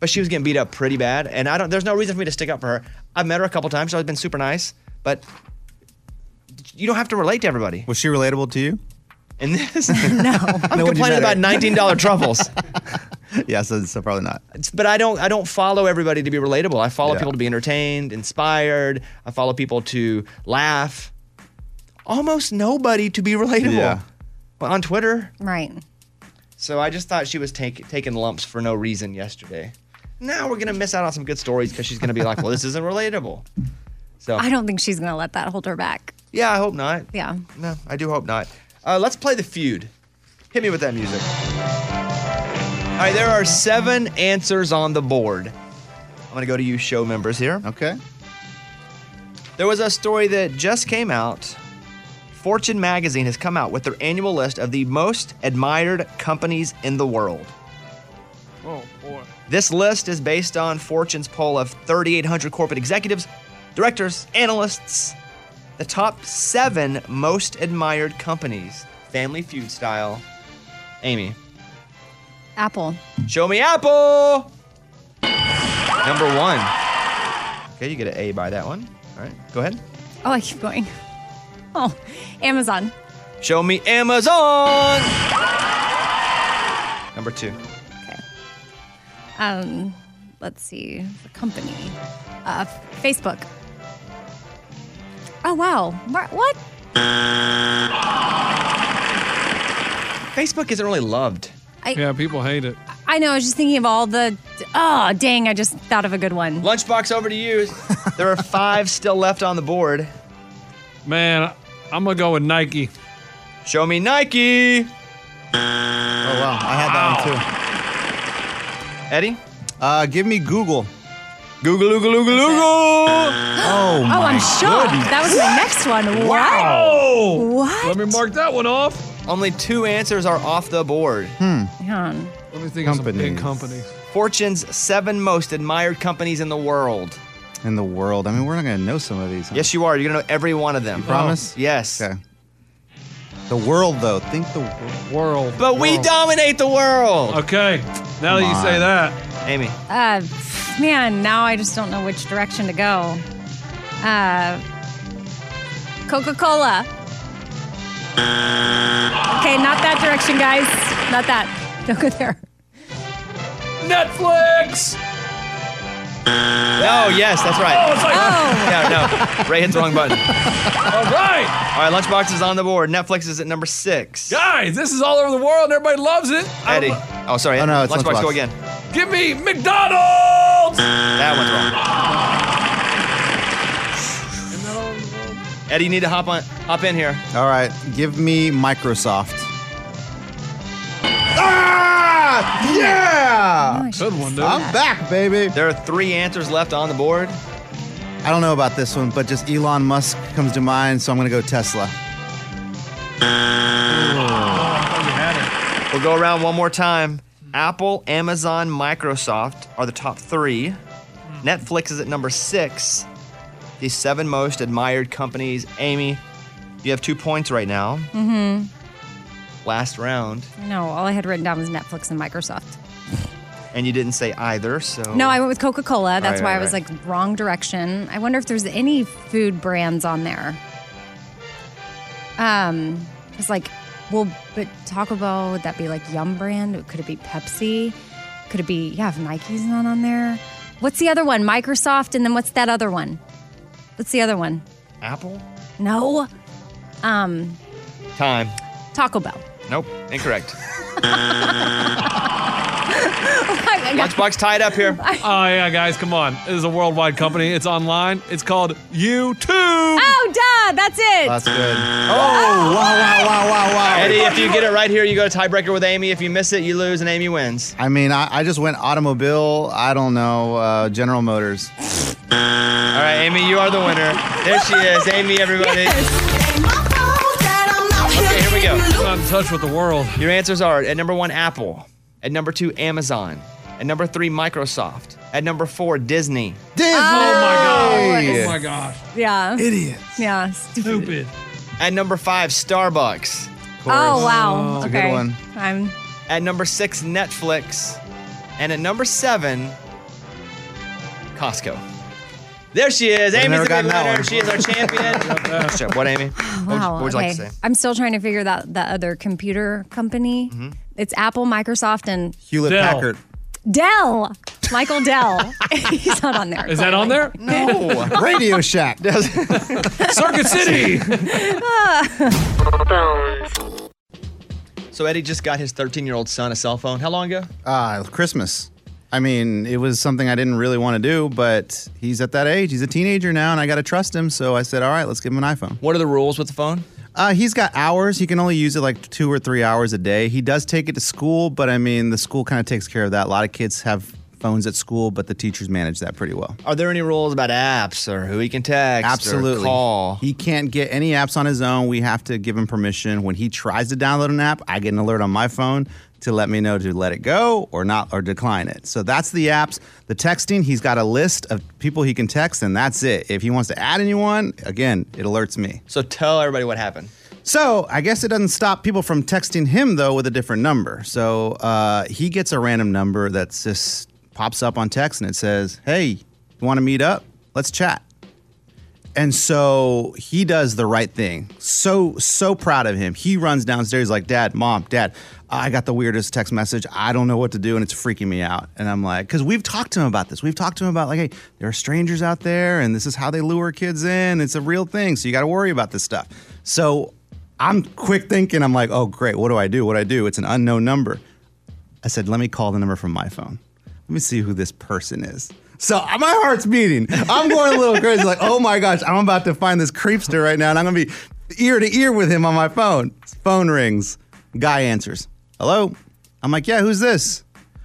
But she was getting beat up pretty bad, and I don't. There's no reason for me to stick up for her. I've met her a couple times. She's always been super nice, but you don't have to relate to everybody.
Was she relatable to you?
In this? no. I'm
No, what'd you
complaining
matter?
about $19 truffles,
yeah, so, so probably not.
It's- but I don't. I don't follow everybody to be relatable. I follow people to be entertained, inspired. I follow people to laugh. Almost nobody to be relatable.
Yeah.
But on Twitter,
right?
So I just thought she was take, taking lumps for no reason yesterday. Now we're gonna miss out on some good stories because she's gonna be like, "Well, this isn't relatable." So
I don't think she's gonna let that hold her back.
Yeah, I hope not.
Yeah.
No, I do hope not. Uh, let's play the feud. Hit me with that music. All right, there are seven answers on the board. I'm going to go to you, show members here.
Okay.
There was a story that just came out. Fortune magazine has come out with their annual list of the most admired companies in the world.
Oh boy.
This list is based on Fortune's poll of 3,800 corporate executives, directors, analysts. The top seven most admired companies, Family Feud style. Amy,
Apple.
show me Apple. Number one. Okay, you get an A by that one. All right, go ahead.
Oh, I keep going. Oh, Amazon.
Show me Amazon. Number two.
Um, let's see, the company, uh, Facebook. Oh wow, Mar- what?
Facebook isn't really loved.
I-
yeah, people hate it.
I know. I was just thinking of all the. Oh dang! I just thought of a good one.
Lunchbox over to you. there are five still left on the board.
Man, I'm gonna go with Nike.
Show me Nike. Oh
wow,
I had that
one too. Eddie?
Uh, give me Google.
Google, Google, Google, Google.
oh,
oh,
my
I'm shocked. That was my next one. What? What?
Let me mark that one off.
Only two answers are off the board.
Hmm.
Man.
Let me think of some big companies.
Fortune's seven most admired companies in the world.
In the world. I mean, we're not going to know some of these.
Yes, you are. You're gonna know every one of them. Oh,
You promise?
Yes.
Okay. The world, though. Think the wor-
world.
But we dominate the world.
Okay. Now that you
Come
say
on.
that,
Amy.
Uh, man, now I just don't know which direction to go. Uh, Coca Cola. Okay, not that direction, guys. Not that. Don't go there.
Netflix.
No, yes, that's right.
Oh, it's like- Oh.
Yeah, no. Ray hit the wrong button.
All right,
All right, Lunchbox is on the board. Netflix is at number six.
guys, this is all over the world. Everybody loves it. I
Eddie. Oh, sorry.
no, it's
Lunchbox,
Lunchbox.
go again.
Give me McDonald's.
That one's wrong. Eddie, you need to hop on, hop in here.
All right. Give me Microsoft.
Ah!
Yeah!
Good one, dude.
I'm back, baby.
There are three answers left on the board.
I don't know about this one, but just Elon Musk comes to mind, so I'm going to go Tesla.
We'll go around one more time. Apple, Amazon, Microsoft are the top three. Netflix is at number six. The seven most admired companies. Amy, you have two points right now.
Mm-hmm.
Last round,
No, all I had written down was Netflix and Microsoft.
and you didn't say either. So
No, I went with Coca Cola. That's
Right,
why
right,
I was
right.
like wrong direction. I wonder if there's any food brands on there. Um, it's like, well, but Taco Bell would that be like Yum brand? Could it be Pepsi? Could it be yeah? If Nike's not on there, what's the other one? Microsoft, and then what's that other one? What's the other one?
Apple.
No, um,
Time.
Taco Bell.
Nope. Incorrect.
I got-
Lunchbox tied up here.
Oh yeah, guys, come on! It is a worldwide company. It's online. It's called YouTube.
oh, duh, that's it.
Oh, wow, wow, wow, wow, wow.
Eddie, if you get it right here, you go to tiebreaker with Amy. If you miss it, you lose, and Amy wins.
I mean, I, I just went automobile. I don't know. Uh, General Motors.
All right, Amy, you are the winner. There she is, Amy. Everybody. Okay, here we go.
I'm in touch with the world.
Your answers are at number one, Apple. At number two, Amazon. At number three, Microsoft. At number four, Disney.
Disney.
Oh my
Hey.
god! Oh my gosh!
Yeah.
Idiots.
Yeah. Stupid.
Stupid.
At number five, Starbucks.
Oh wow.
That's a
okay.
good one.
I'm
At number six, Netflix. And at number seven, Costco. There she is.
Would've
Amy's
never
the big
gotten that
winner.
one.
She is our champion. Shut up. what, Amy? What would you-
wow.
what would you
okay.
like to say?
I'm still trying to figure that the other computer company.
Mm-hmm.
It's Apple, Microsoft, and
Hewlett
Dell.
Packard.
Dell. Michael Dell. He's not on there.
Is that on there?
No.
Radio Shack.
Circuit City.
So Eddie just got his 13-year-old son a cell phone. How long ago?
Uh, Christmas. I mean, it was something I didn't really want to do, but he's at that age. He's a teenager now, and I got to trust him. So I said, all right, let's give him an iPhone.
What are the rules with the phone?
Uh, he's got hours. He can only use it like two or three hours a day. He does take it to school, but I mean, the school kind of takes care of that. A lot of kids have phones at school, but the teachers manage that pretty well.
Are there any rules about apps or who he can text? or
Absolutely.
call?
He can't get any apps on his own. We have to give him permission. When he tries to download an app, I get an alert on my phone to let me know to let it go or not or decline it. So that's the apps. The texting, he's got a list of people he can text, and that's it. If he wants to add anyone, again, it alerts me.
So tell everybody what happened.
So I guess it doesn't stop people from texting him though with a different number. So uh, he gets a random number that just pops up on text and it says, "Hey, you want to meet up? Let's chat." And so he does the right thing. So, so proud of him. He runs downstairs like, Dad, Mom, Dad, I got the weirdest text message. I don't know what to do. And it's freaking me out. And I'm like, because we've talked to him about this. We've talked to him about, like, hey, there are strangers out there and this is how they lure kids in. It's a real thing. So you got to worry about this stuff. So I'm quick thinking, I'm like, oh, great. What do I do? What do I do? It's an unknown number. I said, let me call the number from my phone. Let me see who this person is. So uh, my heart's beating. I'm going a little crazy. Like, oh my gosh, I'm about to find this creepster right now, and I'm going to be ear to ear with him on my phone. Phone rings. Guy answers. Hello. I'm like, yeah, who's this?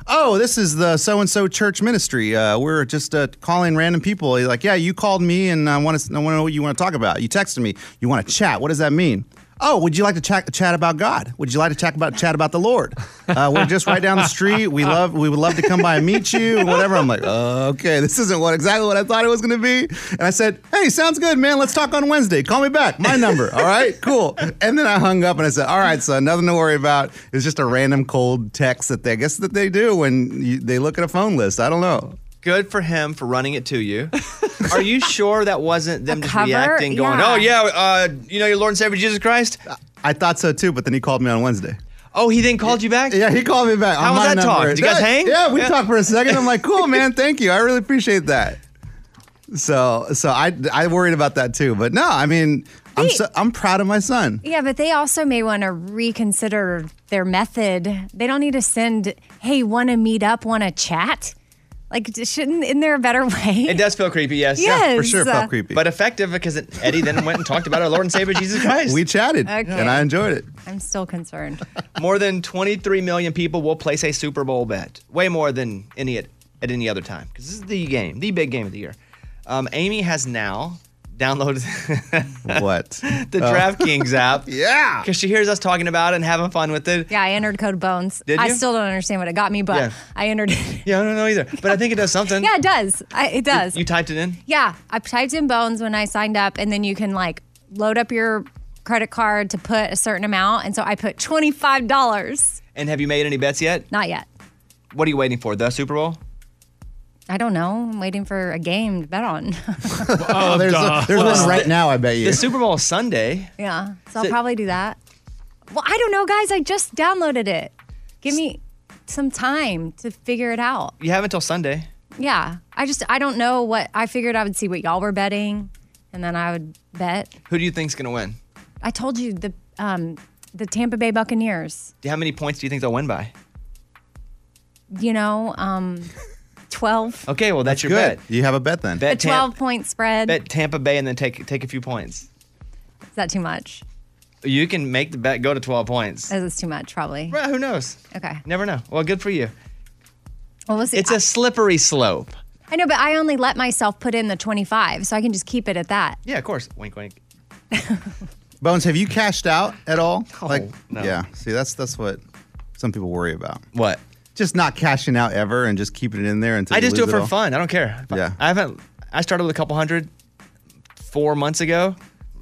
Oh, this is the so and so church ministry. Uh, we're just uh, calling random people. He's like, yeah, you called me, and I want to. I want to know what you want to talk about. You texted me. You want to chat? What does that mean? Oh, would you like to chat, chat about God? Would you like to chat about chat about the Lord? Uh, we're just right down the street. We love we would love to come by and meet you or whatever. I'm like, uh, okay, this isn't what exactly what I thought it was going to be. And I said, hey, sounds good, man. Let's talk on Wednesday. Call me back. My number. All right, cool. And then I hung up and I said, all right, son, nothing to worry about. It's just a random cold text that they I guess that they do when you, they look at a phone list. I don't know.
Good for him for running it to you. Are you sure that wasn't them just
cover?
reacting, going,
Yeah.
"Oh yeah, uh, you know your Lord and Savior Jesus Christ"?
I thought so too, but then he called me on Wednesday.
Oh, he then called you back.
Yeah, he called me back.
How
on
was
my
that talk?
number.
Did you guys
That-
hang?
Yeah, we talked for a second. I'm like, cool, man. Thank you. I really appreciate that. So, so I I worried about that too, but no, I mean, I'm so, I'm proud of my son.
Yeah, but they also may want to reconsider their method. They don't need to send, hey, want to meet up, want to chat? Like, d- shouldn't, isn't there a better way?
It does feel creepy, yes.
Yeah, for Yes. sure felt
creepy.
But effective because it, Eddie then went and talked about our Lord and Savior Jesus Christ.
We chatted,
Okay.
and I enjoyed it.
I'm still concerned.
More than 23 million people will place a Super Bowl bet, way more than any at, at any other time because this is the game, the big game of the year. Um, Amy has now downloaded
what
the
Oh.
DraftKings app.
yeah,
because she hears us talking about it and having fun with it.
Yeah, I entered Code Bones.
Did
I
you?
still don't understand what it got me, but
Yeah.
I entered it.
Yeah, I don't know either, but I think it does something.
yeah, it does. I, it does.
You, you typed it in.
yeah, I typed in Bones when I signed up, and then you can like load up your credit card to put a certain amount. And so I put $25.
And have you made any bets yet?
Not yet.
What are you waiting for? The Super Bowl?
I don't know. I'm waiting for a game to bet on.
Oh,
there's a- there's one right now, I bet you.
The Super Bowl is Sunday.
Yeah. So I'll
So-
probably do that. Well, I don't know, guys. I just downloaded it. Give me some time to figure it out.
You have until Sunday.
Yeah. I just, I don't know what, I figured I would see what y'all were betting and then I would bet.
Who do you think's going to win?
I told you the, um, the Tampa Bay Buccaneers,
How many points do you think they'll win by?
you know, um, 12,
Okay, well that's, your
good.
bet.
You have a bet then.
a
Bet,
12
Tam-
point spread.
bet Tampa Bay and then take take a few points.
Is that too much?
You can make the bet go to 12 points.
Is this too much? Probably.
Well, who knows?
Okay.
Never know. Well, good for you.
Well, we'll see.
It's a slippery slope.
I know, but I only let myself put in the 25, so I can just keep it at that.
Yeah, of course. Wink, wink.
Bones, have you cashed out at all? like,
no.
yeah. See, that's that's what some people worry about.
What?
Just not cashing out ever and just keeping it in there until
I
you
just do
lose
it for
all.
fun. I don't care.
Yeah.
I haven't. I started with a couple hundred four months ago.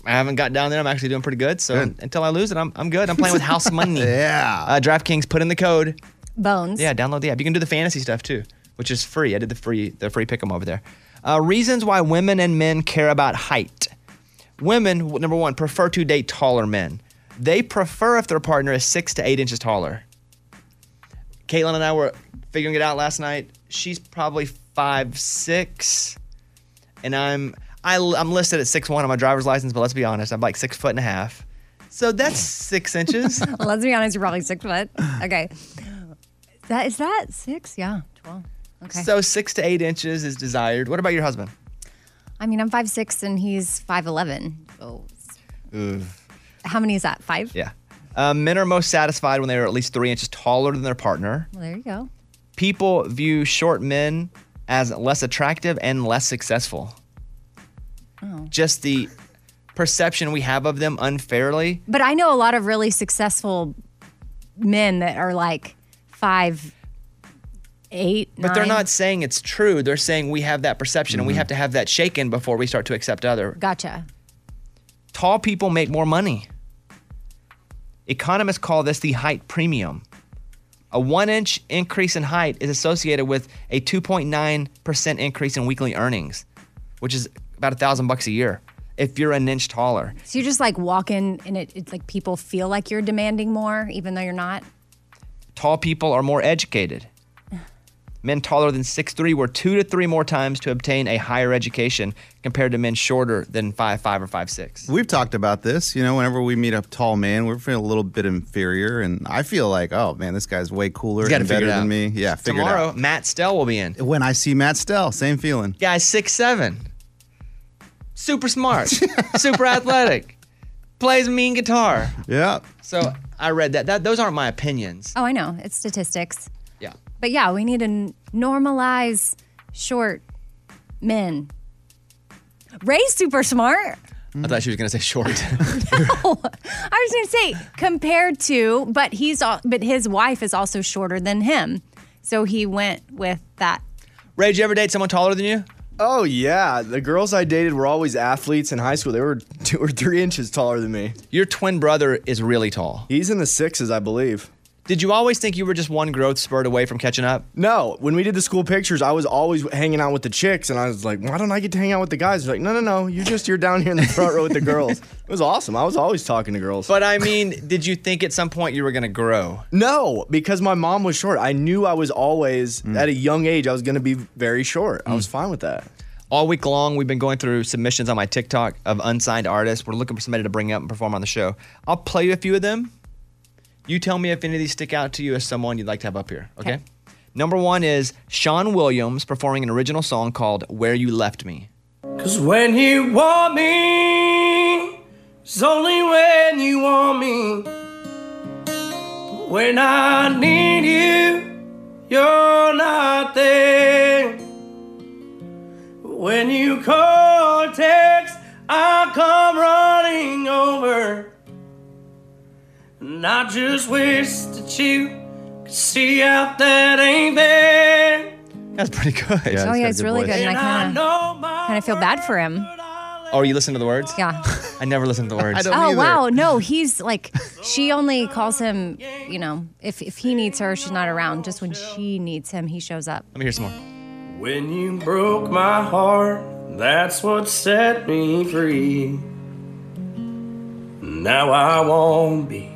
I haven't got down there. I'm actually doing pretty good. So
Good.
until I lose it, I'm, I'm good. I'm playing with house money.
yeah.
Uh, DraftKings put in the code.
Bones.
Yeah, download the app. You can do the fantasy stuff too, which is free. I did the free the free pick 'em over there. Uh, reasons why women and men care about height. Women, w- number one, prefer to date taller men. They prefer if their partner is six to eight inches taller. Caitlin and I were figuring it out last night. She's probably five six, and I'm I, am i am listed at six one on my driver's license. But let's be honest, I'm like six foot and a half. So that's six inches.
Let's be honest, you're probably six foot. Okay. Is that is that six? Yeah, twelve. Okay.
So six to eight inches is desired. What about your husband?
I mean, I'm five six and he's five eleven. So how many is that? Five.
Yeah. Uh, men are most satisfied when they are at least three inches taller than their partner.
Well, there you go.
People view short men as less attractive and less successful.
Oh.
Just the perception we have of them unfairly.
But I know a lot of really successful men that are like five, eight.
But they they're
nine.
not saying it's true. They're saying we have that perception and we have to have that shaken before we start to accept other.
Gotcha.
Tall people make more money. Economists call this the height premium. A one inch increase in height is associated with a 2.9% increase in weekly earnings, which is about a thousand bucks a year. if you're an inch taller.
So you just like walk in and it, it's like people feel like you're demanding more, even though you're not.
Tall people are more educated. Men taller than 6'3 were two to three more times to obtain a higher education compared to men shorter than 5'5 or 5'6.
We've talked about this. You know, whenever we meet a tall man, we're feeling a little bit inferior, and I feel like, oh man, this guy's way cooler
He's gotta
and
figure
better
it out.
than me. Yeah, figure
Tomorrow,
it out.
Matt Stell will be in.
When I see Matt Stell, same feeling.
Guy's six seven, super smart, super athletic, plays mean guitar.
Yeah.
So I read that. that those aren't my opinions.
Oh, I know. It's statistics.
Yeah.
But yeah, we need to n- normalize short men. Ray's super smart.
I
Mm-hmm.
thought she was going to say short.
I was going to say compared to, but he's all, but his wife is also shorter than him, so he went with that.
Ray, did you ever date someone taller than you?
Oh yeah, the girls I dated were always athletes in high school. They were two or three inches taller than me.
Your twin brother is really tall.
He's in the sixes, I believe.
Did you always think you were just one growth spurt away from catching up?
No, when we did the school pictures, I was always hanging out with the chicks, and I was like, "Why don't I get to hang out with the guys?" They're like, "No, no, no, you just you're down here in the front row with the girls." It was awesome. I was always talking to girls.
But I mean, did you think at some point you were going to grow?
No, because my mom was short. I knew I was always at a young age I was going to be very short. I was fine with that.
All week long, we've been going through submissions on my TikTok of unsigned artists. We're looking for somebody to bring up and perform on the show. I'll play you a few of them. You tell me if any of these stick out to you as someone you'd like to have up here, okay?
Okay.
Number one is Sean Williams performing an original song called Where You Left Me.
Cause when you want me, it's only when you want me. When I need you, you're not there. When you call or text, I come running over. And I just wish that you could see out that ain't there.
That's pretty good.
oh yeah, it's really good, and I kind of kind of feel bad for him.
Oh, you listen to the words?
Yeah.
I never listen to the words.
oh wow, no, he's like she only calls him. You know, if if he needs her, she's not around. Just when she needs him, he shows up.
Let me hear some more.
When you broke my heart, that's what set me free. Now I won't be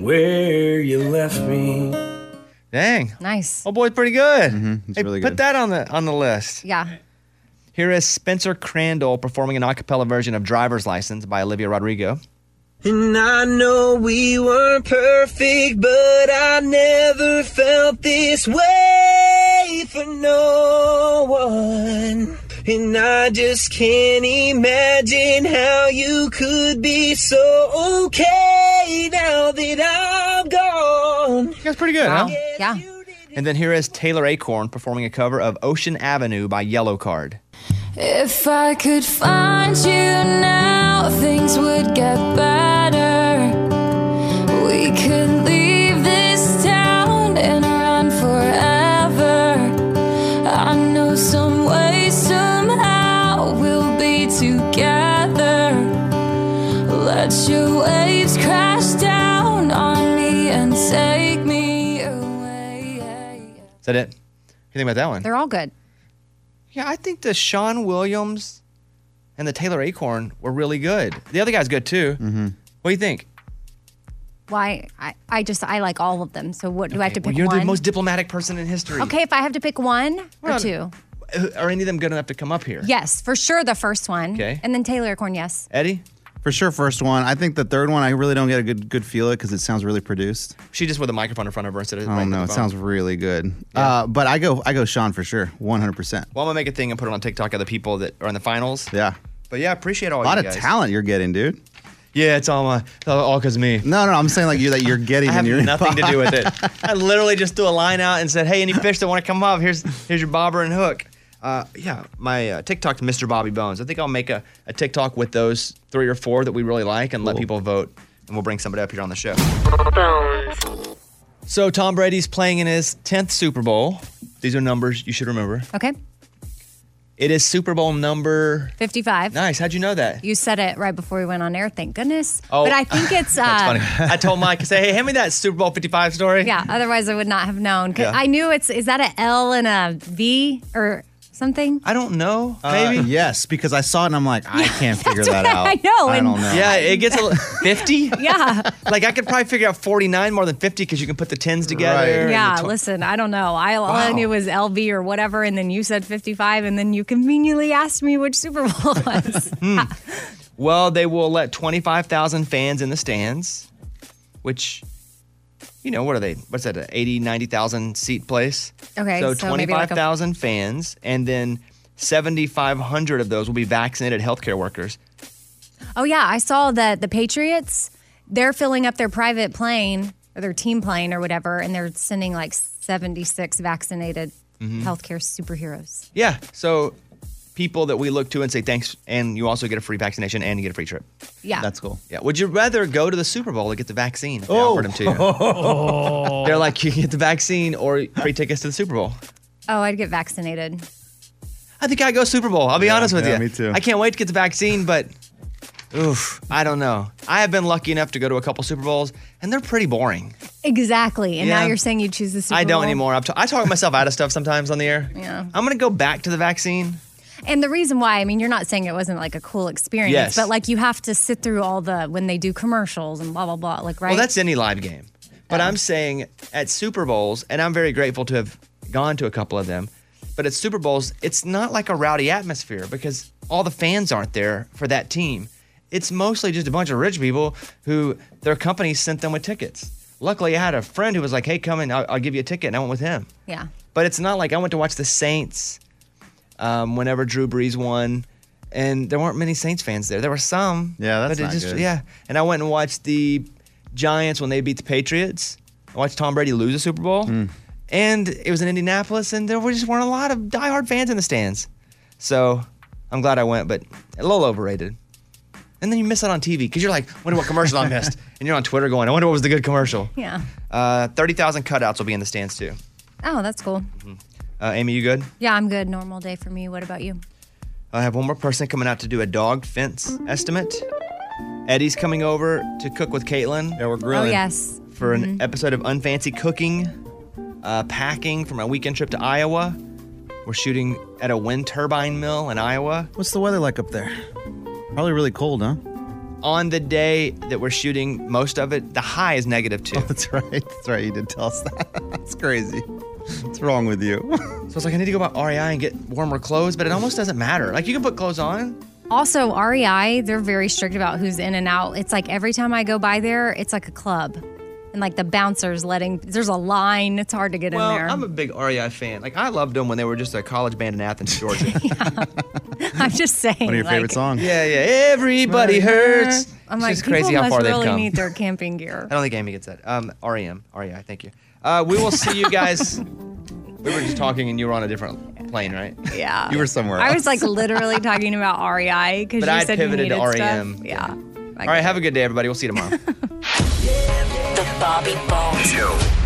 where you left me.
Dang.
Nice.
Oh boy, pretty good. Hey,
really
put
good.
that on the on the list.
Yeah.
Here is Spencer Crandall performing an a cappella version of Driver's License by Olivia Rodrigo.
And I know we weren't perfect, but I never felt this way for no one. And I just can't imagine how you could be so okay now that I'm gone.
That's pretty good, huh?
Yeah.
And then here is Taylor Acorn performing a cover of Ocean Avenue by Yellow Card.
If I could find you now, things would get better. We could leave this town and run forever. I know some way, somehow, we'll be together. Let your waves crash down on me and take me away.
Is that it? What do you think about that one?
They're all good.
Yeah, I think the Sean Williams and the Taylor Acorn were really good. The other guy's good too. Mm-hmm. What do you think?
Why? I, I just I like all of them. So what do I have to pick
Well, you're
one?
the most diplomatic person in history.
okay, if I have to pick one
We're
or
not-
two,
Are any of them good enough to come up here?
yes, for sure the first one.
Okay.
And then Taylor Corn, yes.
Eddie?
For sure, first one. I think the third one, I really don't get a good good feel it because it sounds really produced.
She just with a microphone in front of her instead of.
I
right
don't
in the
know. It
phone.
sounds really good. Uh, but I go I go Sean for sure, one hundred percent.
Well, I'm gonna make a thing and put it on TikTok of the people that are in the finals.
Yeah.
But yeah, I appreciate all
a lot
you
of
guys.
talent you're getting, dude.
Yeah, it's all my all because me.
No, no, I'm saying like you that you're getting.
I
in
have
your
nothing to do with it. I literally just threw a line out and said, "Hey, any fish that want to come up? Here's here's your bobber and hook." Uh, yeah, my uh, TikTok's Mr. Bobby Bones. I think I'll make a, a TikTok with those three or four that we really like and let people vote, and we'll bring somebody up here on the show. So Tom Brady's playing in his tenth Super Bowl. These are numbers you should remember.
Okay.
It is Super Bowl number.
Fifty five.
Nice. How'd you know that?
You said it right before we went on air, thank goodness.
Oh.
But I think it's uh
That's funny. I told Mike, I say, hey, hand me that Super Bowl 55 story.
Yeah, otherwise I would not have known. 'Cause
Yeah.
I knew it's is that a L and a V or something?
I don't know.
Maybe yes, because I saw it and I'm like, I can't figure that out.
I know,
I
and-
don't know.
Yeah, it gets a fifty.
yeah.
Like I could probably figure out forty nine more than fifty because you can put the tens together. and the
Yeah,
tw-
listen, I don't know. I, All I
Wow.
knew was LV or whatever, and then you said 55, and then you conveniently asked me which Super Bowl it was.
Well, they will let 25,000 fans in the stands, which, you know, what are they? What's that, a 80, 90,000 seat place?
Okay,
So,
so maybe like a-
25,000 fans, and then 7,500 of those will be vaccinated healthcare workers.
oh, yeah, I saw that the Patriots, they're filling up their private plane or their team plane or whatever, and they're sending like 76 vaccinated
Mhm.
healthcare superheroes.
Yeah. So, people that we look to and say thanks, and you also get a free vaccination and you get a free trip.
Yeah. That's
cool.
Yeah. Would you rather go to the Super Bowl to get the vaccine if they
Oh.
offered them to you? They're like, you get the vaccine or free tickets to the Super Bowl.
Oh, I'd get vaccinated.
I think I go Super Bowl. I'll be honest with
yeah,
you.
me too.
I can't wait to get the vaccine, but oof, I don't know. I have been lucky enough to go to a couple Super Bowls, and they're pretty boring.
Exactly. And now
Yeah.
you're saying you choose the Super
I don't
Bowl.
anymore. I'm t- I talk myself out of stuff sometimes on the air.
Yeah.
I'm gonna go back to the vaccine.
And the reason why, I mean, you're not saying it wasn't like a cool experience,
Yes.
but like you have to sit through all the when they do commercials and blah blah blah. Like right?
Well, that's any live game. But I'm saying at Super Bowls, and I'm very grateful to have gone to a couple of them, but at Super Bowls, it's not like a rowdy atmosphere because all the fans aren't there for that team. It's mostly just a bunch of rich people who their company sent them with tickets. Luckily, I had a friend who was like, hey, come in, I'll, I'll give you a ticket. And I went with him.
yeah.
But it's not like I went to watch the Saints um, whenever Drew Brees won, and there weren't many Saints fans there. There were some.
Yeah, that's
but it
not
just
good.
Yeah, and I went and watched the Giants when they beat the Patriots. I watched Tom Brady lose a Super Bowl,
Hmm.
and it was in Indianapolis, and there were just weren't a lot of diehard fans in the stands. So I'm glad I went, but a little overrated. And then you miss it on TV because you're like, wonder what commercial I missed, and you're on Twitter going, I wonder what was the good commercial.
Yeah.
Uh, Thirty thousand cutouts will be in the stands too.
Oh, that's cool.
Uh, Amy, you good?
Yeah, I'm good. Normal day for me. What about you?
I have one more person coming out to do a dog fence estimate. Eddie's coming over to cook with Caitlin. Yeah, we're
grilling. Oh, yes.
For an
Mhm.
episode of Unfancy Cooking, uh, packing for my weekend trip to Iowa. We're shooting at a wind turbine mill in Iowa.
What's the weather like up there? Probably really cold, huh?
On the day that we're shooting most of it, the high is negative two.
that's right. That's right. You did tell us that. That's crazy. What's wrong with you?
So I was like, I need to go by REI and get warmer clothes, but it almost doesn't matter. Like, you can put clothes on.
Also, REI, they're very strict about who's in and out. It's like every time I go by there, it's like a club. And like the bouncers letting there's a line. It's hard to get
well,
in there.
I'm a big REI fan. Like, I loved them when they were just a college band in Athens, Georgia.
I'm just saying. like,
songs?
Yeah, yeah. Everybody hurts.
I'm
It's
like,
just crazy
people
how far
must
they've
really
come.
need their camping gear.
I don't think Amy gets that. Um, REM, REI. Thank you. Uh, we will see you guys. we were just talking, and you were on a different plane, right?
Yeah.
You were somewhere.
I was like literally talking about REI because
But
you
I
said
pivoted
you
to E
needed
REM.
Stuff. Yeah.
All right. Have a good day, everybody. We'll see you tomorrow.
The Bobby Bones Show.